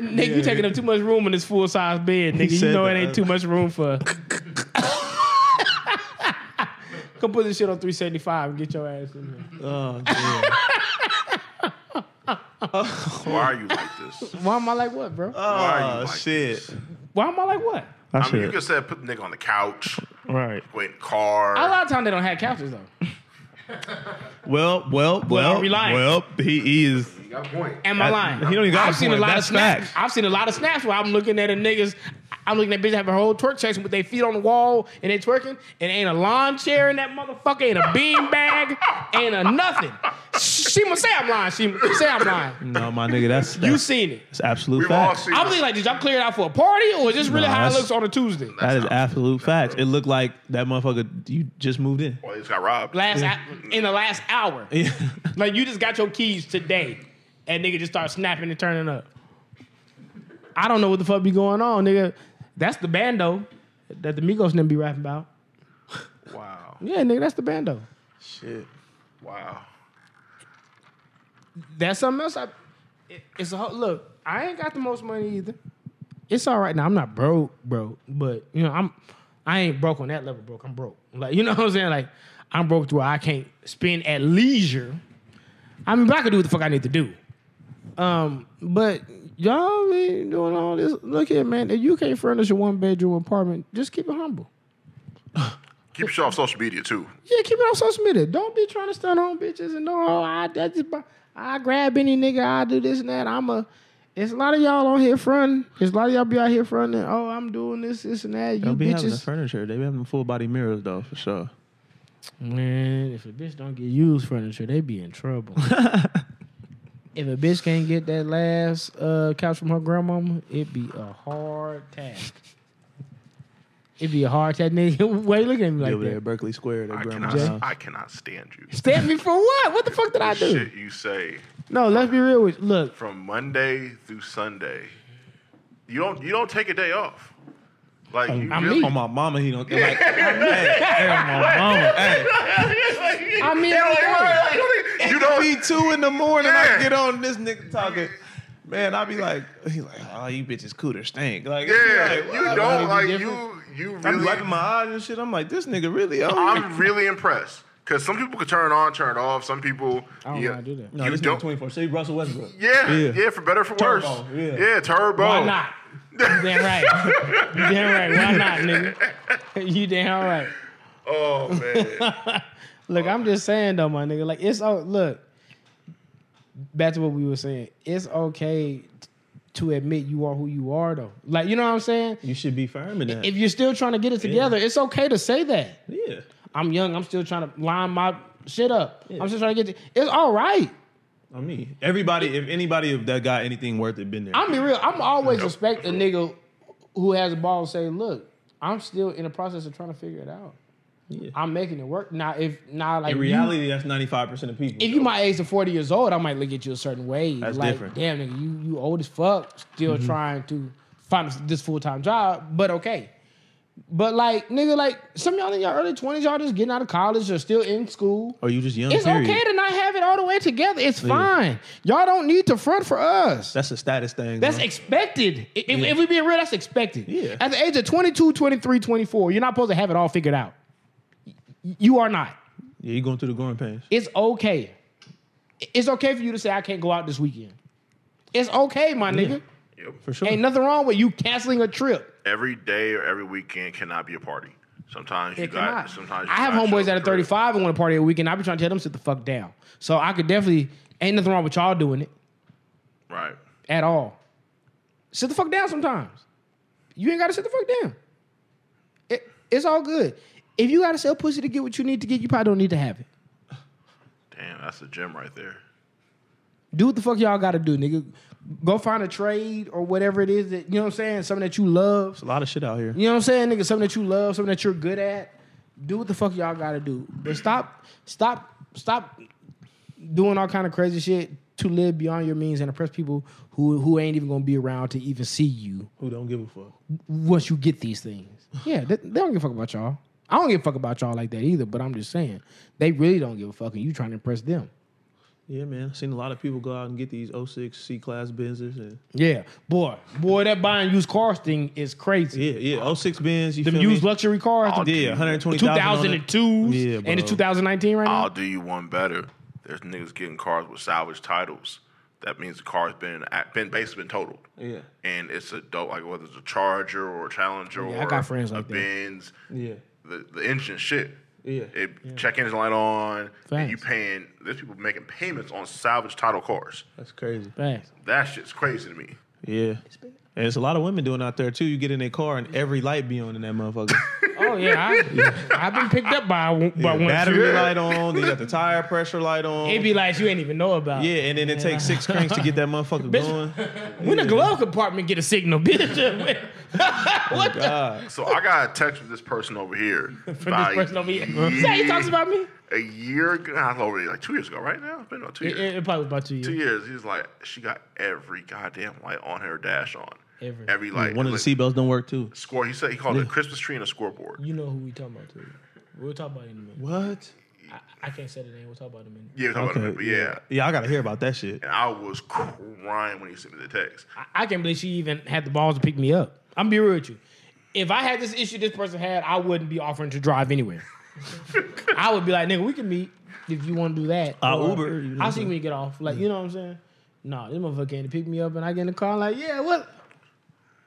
A: Nigga, you taking up too much room in this full size bed, nigga. You
E: said
A: know it
E: the
A: ain't too
E: oven.
A: much room for. Come put this shit on 375 and get your ass in here.
E: oh damn!
D: Why are you like this?
A: Why am I like what, bro?
D: Why are you
E: Oh
D: like
E: shit!
A: Why am I like what?
D: I mean, you could say put the nigga on the couch,
E: right.
D: wait in the car.
A: A lot of times they don't have couches though.
E: Well, well, well,
A: reliant.
E: well. He, he is.
F: You got a point.
A: Am I
E: That-
A: lying?
E: he don't even got
A: I've
E: a
A: seen a
E: point.
A: lot
E: That's
A: of snaps.
E: facts.
A: I've seen a lot of snaps where I'm looking at a niggas. I'm looking at bitches having a whole twerk session with their feet on the wall and they twerking. And ain't a lawn chair in that motherfucker. Ain't a bean bag. Ain't a nothing. She must say I'm lying. She must say I'm lying.
E: No, my nigga, that's
A: You
E: that's,
A: seen it?
E: that's absolute
D: We've all
E: fact.
D: seen.
A: I'm
D: this.
A: thinking like, did y'all clear it out for a party or is this really
E: No,
A: how it
E: that's-
A: looks on a Tuesday?
E: That is absolute fact. It looked like that motherfucker. You just moved in.
D: Well, he just got robbed.
A: Last hou- in the last hour,
E: Yeah.
A: like you just got your keys today, and nigga just start snapping and turning up. I don't know what the fuck be going on, nigga. That's the bando that the Migos didn't be rapping about.
D: Wow.
A: Yeah, nigga, that's the bando.
E: Shit.
D: Wow.
A: That's something else. I, it- it's a whole, look. I ain't got the most money either. It's all right now. I'm not broke, broke, but you know I'm. I ain't broke on that level, broke. I'm broke. Like you know what I'm saying? Like I'm broke to where I can't spend at leisure. I mean, but I can do what the fuck I need to do. Um, but y'all be doing all this. Look here, man. If you can't furnish a one bedroom apartment, just keep it humble.
D: Keep your shit off social media too.
A: Yeah, keep it on social media. Don't be trying to stunt on bitches and no, I, I just buy- I grab any nigga, I do this and that. I'm a. It's a lot of y'all on here front. It's a lot of y'all be out here fronting. Oh, I'm doing this, this and that. You
E: Don't be having the
A: bitches.
E: furniture. They be having full body mirrors though, for sure.
A: Man, if a bitch don't get used furniture, they be in trouble. if a bitch can't get that last uh, couch from her grandmama, it be a hard task. It be a hard task, nigga. Why you looking at me
E: They
A: like
E: over there
A: that?
E: at Berkeley Square, their
D: I
E: grandma's
D: cannot.
E: house.
D: I cannot stand you.
A: Stamp me for what? What the fuck did I do?
D: Shit, you say
A: No, let's be real with. Look,
D: from Monday through Sunday. You don't. You don't take a day off. Like you
A: I
D: really.
A: mean-
E: On my mama, he don't. Like, hey, hey, on my mama. Hey,
D: Like,
A: I mean,
D: they don't
A: I'm
D: even-
A: sorry.
D: like, you don't even- You know,
E: be two in the morning. I
D: Yeah.
E: get on this nigga talking. Man, I be like, he like, oh, you bitches cooter stink. Like,
D: yeah,
E: like,
D: you
E: what?
D: don't like
A: different?
D: you. You
E: I be
D: really.
E: wiping my eyes and shit. I'm like, this nigga really on.
D: I'm really impressed because some people could turn it on, turn it off. Some people,
A: I don't know
D: yeah,
A: how to do that.
E: no,
D: you
E: this nigga
D: don't.
E: 24. See Russell Westbrook.
D: Yeah,
E: Yeah.
D: yeah, for better or for worse.
E: Turbo, yeah.
D: turbo.
A: Why not? You damn right. You damn right. Why not, nigga? You damn right.
D: Oh man,
A: Look, I'm just saying though, my nigga. Like it's oh look. Back to what we were saying. It's okay t- to admit you are who you are though. Like you know what I'm saying.
E: You should be firm in that.
A: If you're still trying to get it together, it's okay to say that.
E: yeah.
A: I'm young. I'm still trying to line my shit up.
E: Yeah.
A: I'm still trying to get. To, it's all right.
E: I mean, everybody, if anybody that got anything worth it, been there.
A: I'm be real. I'm always respect a nigga who has a ball to say, look, I'm still in the process of trying to figure it out.
E: Yeah.
A: I'm making it work. Now if now like
E: in
A: you-
E: reality, that's 95% of people.
A: if you my age of 40 years old, I might look at you a certain way.
E: That's
A: like,
E: different. Mm-hmm.
A: damn nigga, you you old as fuck, still trying to find this full time job, but okay. But like, nigga, like some of y'all in your early 20s, y'all just getting out of college or still in school.
E: Or Oh, you just young,
A: It's
E: period.
A: okay to not have it all the way together. It's fine. Y'all don't need to front for us.
E: That's a status thing.
A: That's
E: bro.
A: expected. I- If, if we being real, that's expected.
E: Yeah.
A: At the age of 22, 23, 24, you're not supposed to have it all figured out. Y- You are not.
E: yeah, you going through the growing pains.
A: It's okay. It's okay for you to say, I can't go out this weekend. It's okay, my nigga.
D: Yep.
E: For sure.
A: Ain't nothing wrong with you canceling a trip.
D: every day or every weekend cannot be a party. Sometimes you
A: It
D: got.
A: cannot.
D: Sometimes you
A: I have
D: gotta
A: homeboys
D: show
A: that are
D: the crib.
A: 35 and want to party a weekend. I be trying to tell them sit the fuck down. So I could definitely, ain't nothing wrong with y'all doing it
D: Right.
A: at all. Sit the fuck down sometimes. You ain't got to sit the fuck down. It, it's all good. If you got to sell pussy to get what you need to get, you probably don't need to have it.
D: Damn, that's the gym right there.
A: Do what the fuck y'all got to do, nigga. Go find a trade or whatever it is that, you know what I'm saying? Something that you love.
E: There's a lot of shit out here.
A: You know what I'm saying, nigga? Something that you love, something that you're good at. Do what the fuck y'all gotta do. But stop, stop, stop doing all kind of crazy shit to live beyond your means and oppress people who who ain't even gonna be around to even see you
E: Who don't give a fuck.
A: once you get these things. Yeah, they, they don't give a fuck about y'all. I don't give a fuck about y'all like that either, but I'm just saying, they really don't give a fuck and you trying to impress them.
E: Yeah, man. I've seen a lot of people go out and get these 06 C class Benzes and
A: Yeah. Boy, boy, that buying used cars thing is crazy.
E: yeah, yeah. 06 Oh, Benz. You
A: Them
E: feel
A: used
E: me?
A: luxury cars, the
E: Yeah, 120
A: 2002s
E: Yeah,
A: and the
E: bro.
A: 2019 right now.
D: I'll do you one better. There's niggas getting cars with salvage titles. That means the car's been been basically been totaled.
E: Yeah.
D: And it's a dope, like whether it's a Charger or a Challenger
A: Yeah,
D: or
A: I got friends like
D: a
A: that.
D: Benz.
E: Yeah.
D: the, the engine shit.
E: Yeah.
D: It check engine light on, and you
A: Facts.
D: paying. There's people making payments on salvage title cars.
E: That's crazy.
A: Facts.
D: That shit's crazy to me.
E: Yeah. And it's a lot of women doing out there too. You get in their car and every light be on in that motherfucker.
A: Oh yeah, I, I've been picked up by one- by
E: Yeah,
A: one
E: battery
A: too.
E: light on. Then you got the tire pressure light on.
A: It be like you ain't even know about.
E: yeah, and then it takes six cranks to get that motherfucker
A: Bitch.
E: going.
A: When the glove compartment get a signal, bitch. what the
E: God.
D: So I got a text with this person over here.
A: for
E: Oh,
A: this person over here? See how he talks about me?
D: a year ago, not already like two years ago, right now. It's been about two
A: It,
D: years.
A: it- it probably was about two
D: two
A: years.
D: years. He's like, she got every goddamn light on her dash on.
A: Every.
D: every light.
E: One of the
D: Like,
E: seatbelts don't work too.
D: score. He said he called it a Christmas tree and a scoreboard.
A: You know who we talking about too. We'll talk about it in a minute.
E: What?
A: I, I can't say the name. We'll talk about it in a minute.
D: Yeah, talk about it, but yeah.
E: Yeah, I gotta hear about that shit.
D: And I was crying when he sent me the text.
A: I, I can't believe she even had the balls to pick me up. I'm be real with you. If I had this issue this person had, I wouldn't be offering to drive anywhere. I would be like, nigga, we can meet if you want to do that.
E: I'll
A: Or,
E: Uber, you know
A: I'll
E: what
A: see
E: I'm
A: when you get off. Like, you know what I'm saying? No, this motherfucker came to pick me up and I get in the car, like, yeah, what?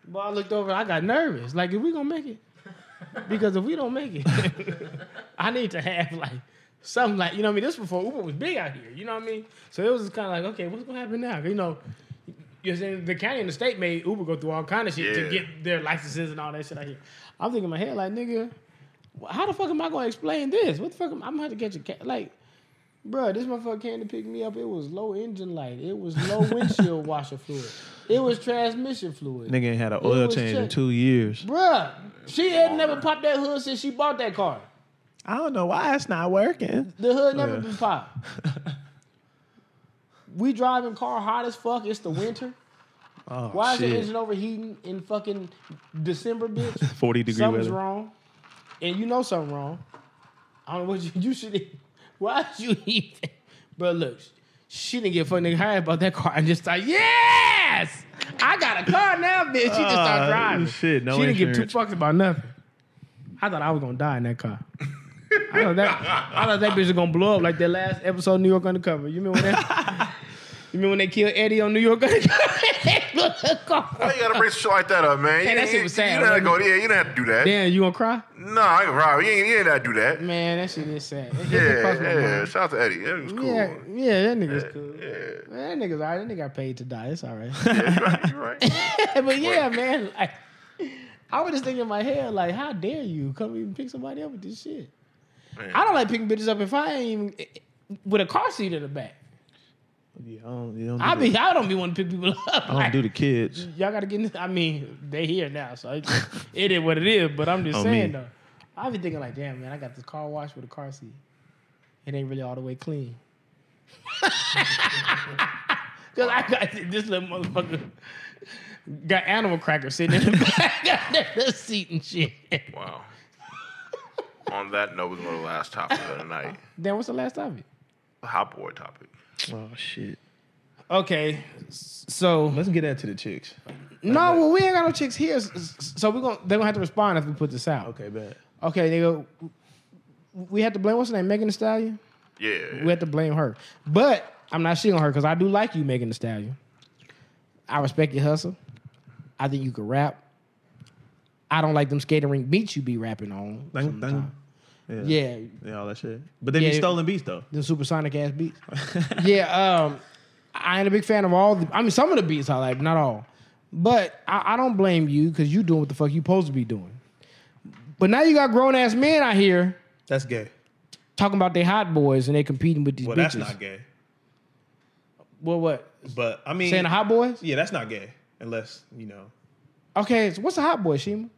A: But I looked over, I got nervous. Like, if we gonna make it. Because if we don't make it, I need to have like something like, you know what I mean? This before Uber was big out here, you know what I mean? So it was kind of like, okay, what's gonna happen now? You know, you're saying the county and the state made Uber go through all kind of shit
D: Yeah.
A: to get their licenses and all that shit out here. I'm thinking in my head, like, nigga, wh- how the fuck am I gonna explain this? What the fuck am I gonna have to get your cat? Like, Bruh, this motherfucker came to pick me up. It was low engine light. It was low windshield washer fluid. It was transmission fluid.
E: Nigga ain't had an oil
A: was
E: change in
A: check.
E: two years.
A: Bruh, she had never popped that hood since she bought that car.
E: I don't know why it's not working.
A: The hood never
E: Yeah.
A: been popped. we driving car hot as fuck. It's the winter.
E: Oh,
A: Why is
E: shit.
A: the engine overheating in fucking December, bitch?
E: 40 degree
A: Something's
E: weather.
A: wrong, and you know something wrong. I don't know what you, you should. Why would you even? Bro, look, she didn't get fucking nigga high about that car and just like, yes, I got a car now, bitch. She just
E: Ah,
A: started driving.
E: shit, no
A: she didn't give
E: insurance.
A: two fucks about nothing. I thought I was gonna die in that car. I thought that I thought that bitch was gonna blow up like that last episode of New York Undercover. You remember when that? you remember when they killed Eddie on New York
D: Why
A: Undercover?
D: you gotta bring shit like that up, man?
A: Hey,
D: You-
A: that shit
D: you-
A: was sad,
D: You didn't have to go.
A: wasn't
D: Yeah, you didn't have to do that.
A: Damn, you gonna cry?
D: No, I ain't Rob. You ain't, you ain't had to do that.
A: Man, that shit is sad. It- it
D: Yeah,
A: crossed my
D: yeah.
A: mind.
D: Shout out to Eddie. Eddie was cool.
A: Yeah,
D: Yeah,
A: yeah, that nigga's cool.
D: yeah.
A: Man, that nigga's all right. That nigga got paid to die. It's all right.
D: you right. You right.
A: but yeah, man, like, I was just thinking in my head, like, how dare you come even pick somebody up with this shit?
D: Man.
A: I don't like picking bitches up if I ain't even with a car seat in the back.
E: Yeah, I don't, you don't do
A: I
E: the,
A: be, I don't be wanting to pick people up.
E: I don't do the kids.
A: Y'all gotta get. In, I mean, they here now, so it, it is what it is. But I'm just
E: On
A: saying
E: me.
A: though, I be thinking like, damn man, I got this car wash with a car seat. It ain't really all the way clean. Cause I got this little motherfucker got animal crackers sitting in the back of the seat and shit.
D: Wow. On that note, was one of the last topics of the night.
A: Then what's the last topic?
D: Hot boy topic.
E: Oh shit.
A: Okay, so
E: Let's get that to the chicks.
A: no, well we ain't got no chicks here, s- s- so we gonna they gonna have to respond if we put this out.
E: Okay, bad.
A: Okay, nigga, we have to blame what's her name, Megan Thee Stallion.
D: Yeah.
A: We have to blame her, but I'm not shitting on her because I do like you, Megan Thee Stallion. I respect your hustle. I think you can rap. I don't like them skating rink beats you be rapping on.
E: Dun, dun. Yeah.
A: Yeah,
E: Yeah, all that shit. But they
A: Yeah.
E: be stolen beats though.
A: them supersonic ass beats. yeah, um, I ain't a big fan of all. The, I mean, some of the beats I like, not all. But I, I don't blame you because you doing what the fuck you supposed to be doing. But now you got grown ass men out here
E: That's gay.
A: talking about they hot boys and they competing with these
E: Well,
A: bitches.
E: that's not gay.
A: Well, what?
E: But I mean,
A: Saying the hot boys?
E: yeah, that's not gay unless you know.
A: Okay, so what's a hot boy, Shima?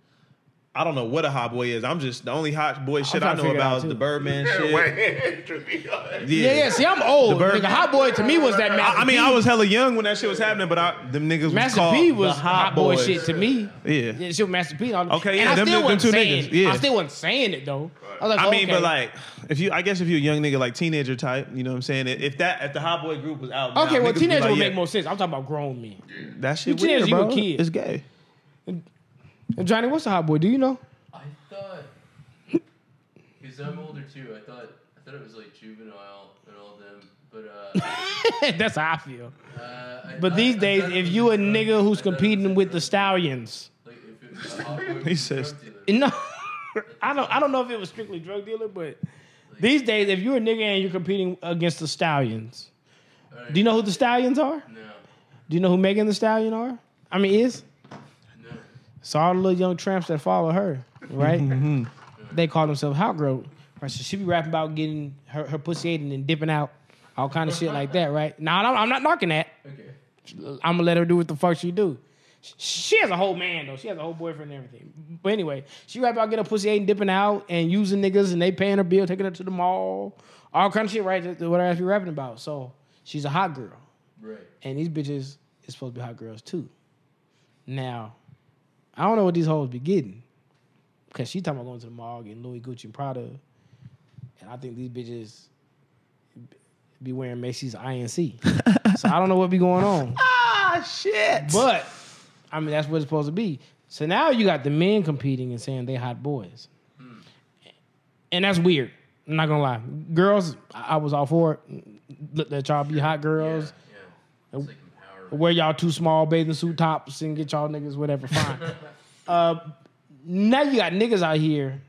E: I don't know what a hot boy is. I'm just the only hot boy shit
A: trying
E: I
A: to
E: know
A: figure it
E: about
A: out,
E: is
A: too.
E: the Birdman shit.
D: Wait.
E: Yeah,
A: Yeah, yeah. See, I'm old.
E: The Birdman.
A: Nigga, hot boy to me was that Master
E: I, I mean, I was hella young when that shit was happening, but I them niggas was
A: Master
E: called
A: P was
E: the
A: hot boy
E: boys.
A: shit to me.
E: Yeah.
A: Yeah, shit was Master P.
E: Okay,
A: and
E: yeah,
A: I
E: them-
A: still
E: them
A: wasn't
E: two
A: saying
E: niggas,
A: it.
E: yeah.
A: I still wasn't saying it though. I, was like,
E: I mean, but
A: okay.
E: like, if you, I guess if you're a young nigga like teenager type, you know what I'm saying? If that, if the hot boy group was out, now,
A: Okay, well,
E: niggas be
A: teenager
E: like,
A: would
E: yeah,
A: make more sense. I'm talking about grown men.
E: That shit
A: You
E: weird,
A: teenager, you a
E: bro.
A: kid.
E: It's gay.
A: And Johnny, what's a hot boy? Do you know?
F: I thought, because I'm older too. I thought I thought it was like juvenile and all them. But uh,
A: That's how I feel.
F: uh, I
A: But
F: thought-
A: these
F: I
A: days,
F: thought it
A: if
F: was
A: you a
F: drug- I thought
A: nigga who's
F: it was a
A: competing with the
F: drug-
A: stallions,
F: like if it was a hot boy,
E: He
F: he says.
E: says-
A: no, I don't. I don't know if it was strictly drug dealer, but these days, if you're a nigga and you're competing against the stallions, do you know who the stallions are?
F: No,
A: Do you know who Megan the Stallion are? I mean, is
F: no.
A: so all the little young tramps that follow her, right? They call themselves hot girl. Right, so she be rapping about getting her, her pussy ate and then dipping out, all kind of shit like that, right? Now I'm- I'm not knocking that.
F: Okay.
A: I'm gonna let her do what the fuck she do. Sh- She has a whole man though. She has a whole boyfriend and everything. But anyway, she rap about getting her pussy ate and dipping out and using niggas and they paying her bill, taking her to the mall, all kind of shit, right? That's What her ass be rapping about. So she's a hot girl,
F: Right.
A: and these bitches is supposed to be hot girls too. Now, I don't know what these hoes be getting, cause she talking about going to the mall getting Louis Gucci and Prada, and I think these bitches be wearing Macy's INC. so I don't know what be going on.
E: Ah, shit.
A: But I mean, that's what it's supposed to be. So now you got the men competing and saying they hot boys, and that's weird. I'm not gonna lie. Girls, I, I was all for it. Let, let y'all be hot
F: Yeah.
A: girls.
F: Yeah. It's like empowerment.
A: Wear y'all two small bathing suit tops and get y'all niggas whatever. Fine. uh, now you got niggas out here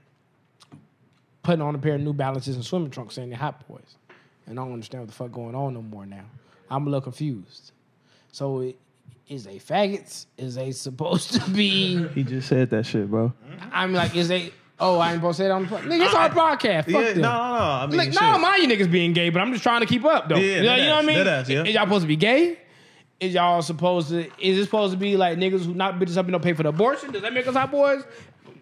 A: putting on a pair of New Balances and swimming trunks saying they're hot boys, and I don't understand what the fuck going on no more. Now I'm a little confused. So it, is they faggots? Is they supposed to be?
E: he just said that shit, bro.
A: I'm like, is they? Oh, I ain't supposed to say that on the podcast. Nigga, it's our podcast. Fuck
E: yeah, no, no,
A: them.
E: no. I mean,
A: Like,
E: shit.
A: no, I don't mind you niggas being gay, but I'm just trying to keep up though.
E: Yeah,
A: you know, you know what I
E: deadass,
A: mean?
E: deadass, yeah.
A: Is y'all supposed to be gay? Is y'all supposed to? Is it supposed to be like niggas who not bitches up and don't pay for the abortion? Does that make us hot boys?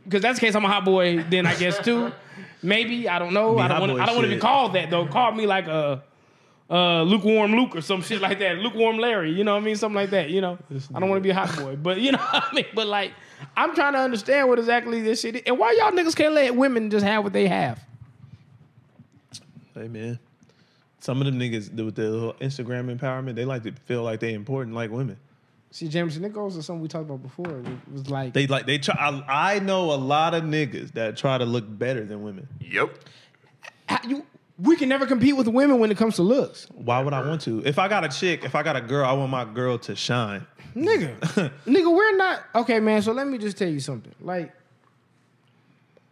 A: Because that's the case, I'm a hot boy. Then I guess too, maybe I don't know.
E: mean,
A: I don't
E: hot
A: want.
E: boy
A: I don't want to be
E: shit.
A: called that though. Call me like a. Uh, lukewarm Luke or some shit like that. Lukewarm Larry, you know what I mean? Something like that, you know? I don't want to be a hot boy, but you know what I mean? But like, I'm trying to understand what exactly this shit is. And why y'all niggas can't let women just have what they have?
E: Hey, man. Some of them niggas do- with the little Instagram empowerment, they like to feel like they important, like women.
A: See, James Nichols is something we talked about before. It was like
E: They like they try. I, I know a lot of niggas that try to look better than women.
D: Yep.
A: how you, we can never compete with women when it comes to looks,
E: Why would I want to? If I got a chick, if I got a girl, I want my girl to shine.
A: nigga. nigga, we're not okay, man. So let me just tell you something. Like,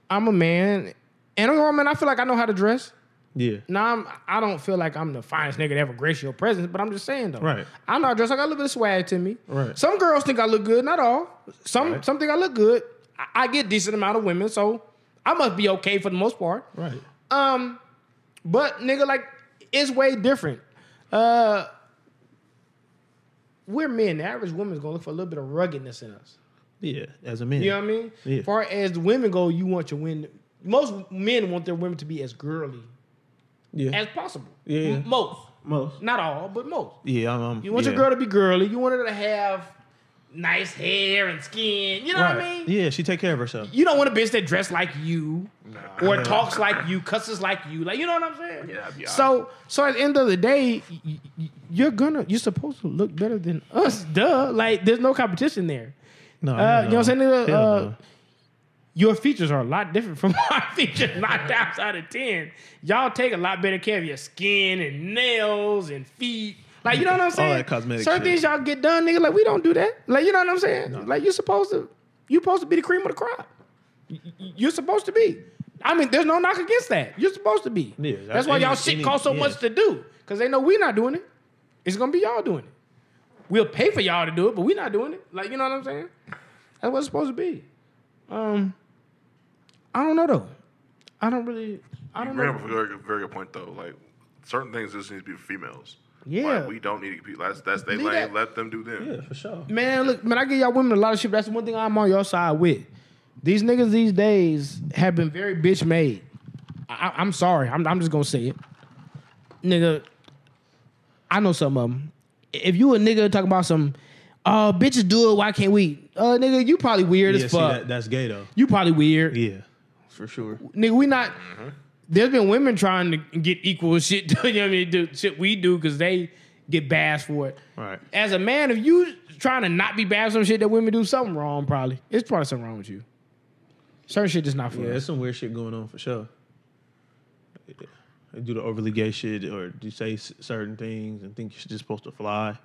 A: I'm a man, and I'm a woman. I feel like I know how to dress.
E: Yeah.
A: Now I'm, I don't feel like I'm the finest nigga to ever grace your presence, but I'm just saying though.
E: Right.
A: I know I dress. I got a little bit of swag to me.
E: Right.
A: Some girls think I look good. Not all. Some
E: Right.
A: some think I look good. I, I get decent amount of women, so I must be okay for the most part.
E: Right.
A: Um, but nigga, like it's way different. Uh, we're men. The average woman's gonna look for a little bit of ruggedness in us.
E: Yeah. As a man.
A: You know what I mean?
E: Yeah.
A: Far as the women go, you want your women. Most men want their women to be as girly
E: Yeah.
A: as possible.
E: Yeah, yeah.
A: M- most,
E: Most.
A: not all, but most.
E: Yeah. I'm, I'm-
A: You want
E: yeah.
A: your girl to be girly. You want her to have nice hair and skin. You know what I mean?
E: Yeah. She take care of herself.
A: You don't want a bitch that dress like you, or talks like you, cusses like you, like you know what I'm saying.
D: Yeah, that'd be
A: so, so at the end of the day, y- y- you're gonna, you're supposed to look better than us, duh. Like there's no competition there.
E: No.
A: Uh, you know what I'm saying? nigga?
E: Hell
A: Uh,
E: no.
A: Your features are a lot different from our features. Knocked out out of ten, y'all take a lot better care of your skin and nails and feet. Like you know what I'm saying?
E: that cosmetic
A: Certain
E: shit.
A: things y'all get done, nigga. Like we don't do that. Like you know what I'm saying? Like you're supposed to, you're supposed to be the cream of the crop. Y- y- You're supposed to be. I mean, there's no knock against that. You're supposed to be.
E: Yeah,
A: That's why
E: any-
A: y'all shit
E: any-
A: costs so
E: yeah.
A: much to do because they know we're not doing it. It's gonna be y'all doing it. We'll pay for y'all to do it, but we're not doing it. Like you know what I'm saying? That's what it's supposed to be. Um, I don't know though. I don't really. I
D: You
A: don't
D: bring up
A: know.
D: a very, good- very good point though. Like certain things just need to be for females.
A: Yeah.
D: Like, we don't need to compete. That's that's they
A: Leave
D: lane.
A: that-
D: Let them do them.
E: Yeah, for sure.
A: Man, look, man, I give y'all women a lot of shit. But that's the one thing I'm on your side with. These niggas these days have been very bitch made. I, I- I'm sorry. I'm, I'm just gonna say it, nigga. I know some of them. If you a nigga talking about some, uh, bitches do it. Why can't we? Uh, nigga, you probably weird
E: Yeah,
A: as
E: see,
A: fuck.
E: that, that's gay though.
A: you probably weird.
E: Yeah, for sure.
A: nigga, we not. There's been women trying to get equal shit. You know what I mean? Do shit we do because they get bashed for it.
E: Right.
A: As a man, if you trying to not be bashed on shit that women do, something wrong. Probably it's probably something wrong with you. Certain shit is not for
E: Yeah,
A: us.
E: there's some weird shit going on for sure. They do the overly gay shit or do say s- certain things and think you're just supposed to fly.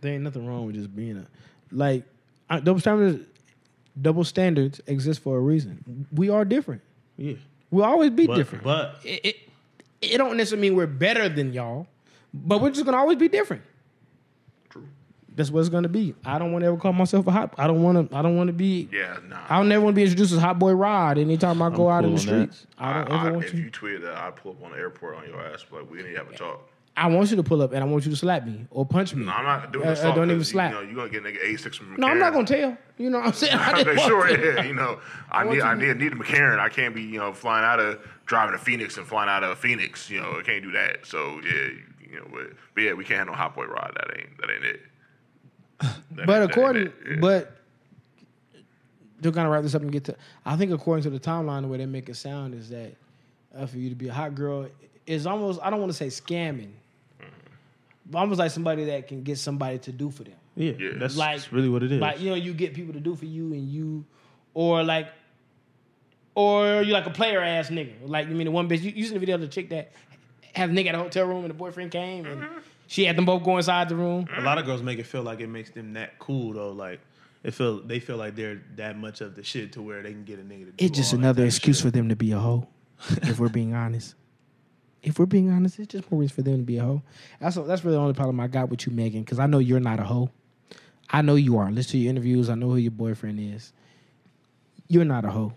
A: There ain't nothing wrong with just being a like I- double standards. Double standards exist for a reason. We are different.
E: Yeah.
A: We'll always be
E: But,
A: different.
E: but
A: it, it, it don't necessarily mean we're better than y'all, but we're just gonna always be different. True. That's what it's gonna be. I don't want to ever call myself a hot. I don't want to. I don't want to be.
D: Yeah, nah.
A: I don't never want to be introduced as Hot Boy Rod anytime I go
E: I'm
A: out in
E: cool
A: the
E: on that.
A: streets. I don't
D: I-
A: ever
D: I-
A: want
D: if you
A: you.
D: tweet that, I pull up on the airport on your ass. Like we need to have a talk.
A: I want you to pull up and I want you to slap me or punch me.
D: No, I'm not doing
A: Uh,
D: this.
A: uh,
D: talk
A: don't
D: 'cause
A: even slap.
D: You know, you gonna get nigga a six from.
A: No, I'm not
D: McCarran.
A: gonna tell. You know what I'm saying? I didn't
D: okay,
A: want
D: sure.
A: to.
D: Yeah, you know, I need, I need, need a McCarran. I can't be, you know, flying out of driving to Phoenix and flying out of Phoenix. You know, I can't do that. So yeah, you, you know, but, but yeah, we can't have no hot boy rod. That ain't, that ain't it. That
A: But
D: ain't- that ain't
A: according,
D: it. Yeah.
A: but to kind of wrap this up and get to, I think according to the timeline, the way they make it sound is that uh, for you to be a hot girl is almost I don't want to say scamming, but almost like somebody that can get somebody to do for them.
E: yeah,
D: Yeah.
E: That's,
A: Like-
E: that's really what it is.
A: Like you know, you get people to do for you, and you, or like, or you like a player ass nigga. Like you mean the one bitch you, you seen the video of the chick that had a nigga at a hotel room and the boyfriend came and
D: Mm-hmm.
A: she had them both go inside the room.
E: a lot of girls make it feel like it makes them that cool though. Like it feel they feel like they're that much of the shit to where they can get a nigga to do
A: It's just
E: all that
A: another
E: type of
A: excuse
E: shit.
A: for them to be a hoe. if we're being honest, if we're being honest, it's just more reason for them to be a hoe. That's that's really the only problem I got with you, Megan, because I know you're not a hoe. I know you are. Listen to your interviews. I know who your boyfriend is. You're not a hoe.